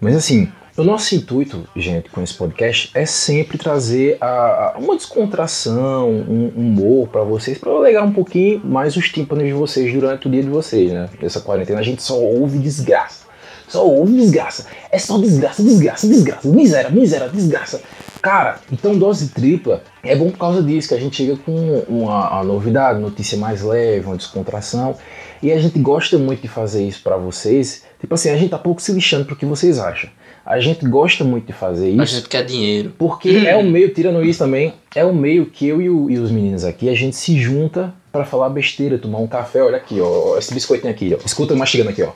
Speaker 1: Mas assim, o nosso intuito, gente, com esse podcast é sempre trazer a- a- uma descontração, um um humor pra vocês, pra alegar um pouquinho mais os tímpanos de vocês durante o dia de vocês, né? Nessa quarentena a gente só ouve desgraça. Só ouve desgraça. É só desgraça, desgraça, desgraça. Miséria, miséria, desgraça. Cara, então dose tripla é bom por causa disso, que a gente chega com uma, uma novidade, notícia mais leve, uma descontração. E a gente gosta muito de fazer isso pra vocês. Tipo assim, a gente tá pouco se lixando pro que vocês acham. A gente gosta muito de fazer
Speaker 3: A
Speaker 1: isso.
Speaker 3: gente quer dinheiro.
Speaker 1: Porque é o meio, tirando isso também, é o meio que eu e, o- e os meninos aqui, a gente se junta pra falar besteira, tomar um café, olha aqui, ó, esse biscoitinho aqui, ó. Escuta eu mastigando aqui, ó.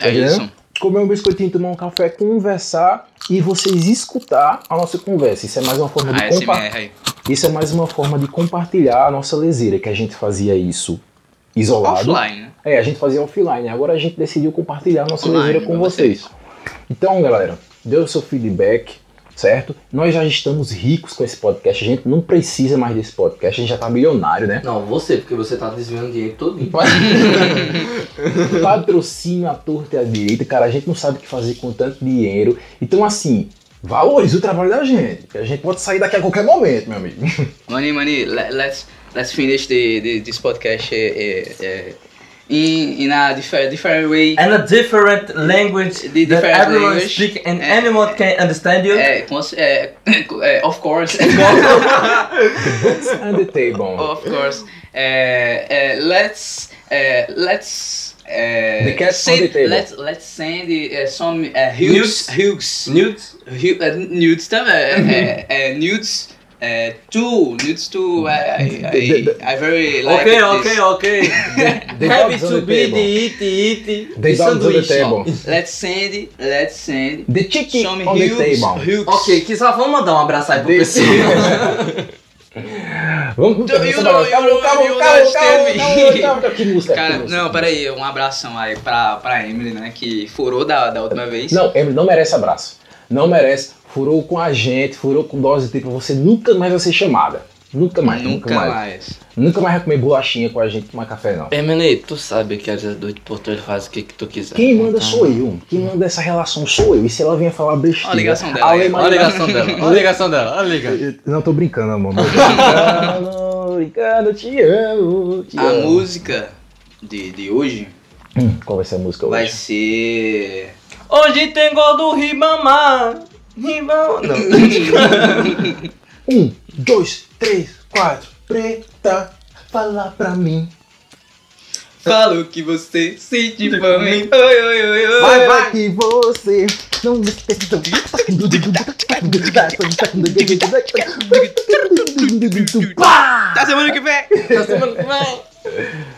Speaker 2: É isso.
Speaker 1: Comer um biscoitinho, tomar um café, conversar e vocês escutar a nossa conversa. Isso é mais uma forma
Speaker 2: Ah,
Speaker 1: de compartilhar.
Speaker 2: ASMR aí.
Speaker 1: Isso é mais uma forma de compartilhar a nossa leseira, que a gente fazia isso isolado.
Speaker 2: Offline, né?
Speaker 1: É, a gente fazia offline, agora a gente decidiu compartilhar a nossa
Speaker 2: Online
Speaker 1: leseira com
Speaker 2: pra
Speaker 1: vocês. Então, galera, dê o seu feedback, certo? Nós já estamos ricos com esse podcast, a gente não precisa mais desse podcast, a gente já tá milionário, né?
Speaker 3: Não, você, porque você tá desviando dinheiro todinho.
Speaker 1: Patrocínio à torta e à direita, cara, a gente não sabe o que fazer com tanto dinheiro. Então, assim, valorize o trabalho da gente, que a gente pode sair daqui a qualquer momento, meu amigo.
Speaker 2: Money, money, le- let's, let's finish the, the, this podcast eh, eh, eh, in, in a different, different
Speaker 3: É
Speaker 2: way.
Speaker 5: And a different language that
Speaker 2: The different
Speaker 5: everyone
Speaker 2: language.
Speaker 5: speak and
Speaker 2: Eh,
Speaker 5: anyone can understand you.
Speaker 3: eh,
Speaker 2: É, cons- é, é, of course.
Speaker 1: And the table.
Speaker 2: of course. É, é, let's. É, let's. É,
Speaker 1: The cat's on
Speaker 2: send-
Speaker 1: the table.
Speaker 2: Let's, let's send eh, some eh, hues, hues,
Speaker 5: Nudes.
Speaker 2: hu- eh, nudes também. É, é, é, nudes. É, two, nudes two. I, I, I, I very like
Speaker 5: Okay,
Speaker 2: this.
Speaker 5: okay, okay.
Speaker 1: The
Speaker 5: Happy
Speaker 1: dogs on
Speaker 5: to
Speaker 1: the
Speaker 5: be the
Speaker 1: table.
Speaker 5: eat, eat,
Speaker 1: The dogs on the
Speaker 5: sanduíche.
Speaker 1: table.
Speaker 2: Let's send, let's send.
Speaker 1: The chicken
Speaker 2: Some
Speaker 1: on the
Speaker 2: hues,
Speaker 1: table.
Speaker 2: hues.
Speaker 5: Ok, que só vamos mandar um abraço aí pro
Speaker 1: Desse-
Speaker 5: pessoal.
Speaker 1: Vamos,
Speaker 2: Então,
Speaker 1: vamos, vamos,
Speaker 2: you know,
Speaker 1: calma,
Speaker 2: you
Speaker 1: calma,
Speaker 2: know,
Speaker 1: calma,
Speaker 2: you
Speaker 1: calma,
Speaker 2: understand
Speaker 1: calma,
Speaker 2: me.
Speaker 1: calma, calma, que música, é que
Speaker 2: Cara,
Speaker 1: música.
Speaker 2: não, peraí, um abração aí pra, pra Emily, né? Que furou da, da última vez.
Speaker 1: Não, Emily não merece abraço. Não merece. Furou com a gente, furou com dose tripla. Você nunca mais vai ser chamada. Nunca mais, nunca,
Speaker 2: Nunca
Speaker 1: mais.
Speaker 2: mais.
Speaker 1: Nunca mais vai comer bolachinha com a gente, tomar café, não.
Speaker 3: Emily, tu sabe que as duas de Porto faz o que, que tu quiser.
Speaker 1: Quem manda
Speaker 3: Então,
Speaker 1: sou eu. Quem manda essa relação sou eu. E se ela vier falar besteira.
Speaker 2: Olha a ligação dela aí.
Speaker 1: Alemanha-
Speaker 5: Olha a ligação dela, olha a ligação dela, olha a ligação.
Speaker 1: Não, tô brincando, amor. Tô brincando, brincando, te amo. Te
Speaker 2: A
Speaker 1: amo.
Speaker 2: música de, de hoje
Speaker 1: Hum, qual vai ser a música
Speaker 2: vai
Speaker 1: hoje?
Speaker 2: ser.
Speaker 5: Hoje tem gol do Ribamar. Ribamar. Não.
Speaker 1: Um, dois, três, quatro. Preta, fala pra mim.
Speaker 2: Fala o que você sente pra mim. Oi, oi, oi, oi.
Speaker 1: Vai, vai que você não me esqueça. Pá!
Speaker 2: Tá semana que vem.
Speaker 5: Tá semana que vem.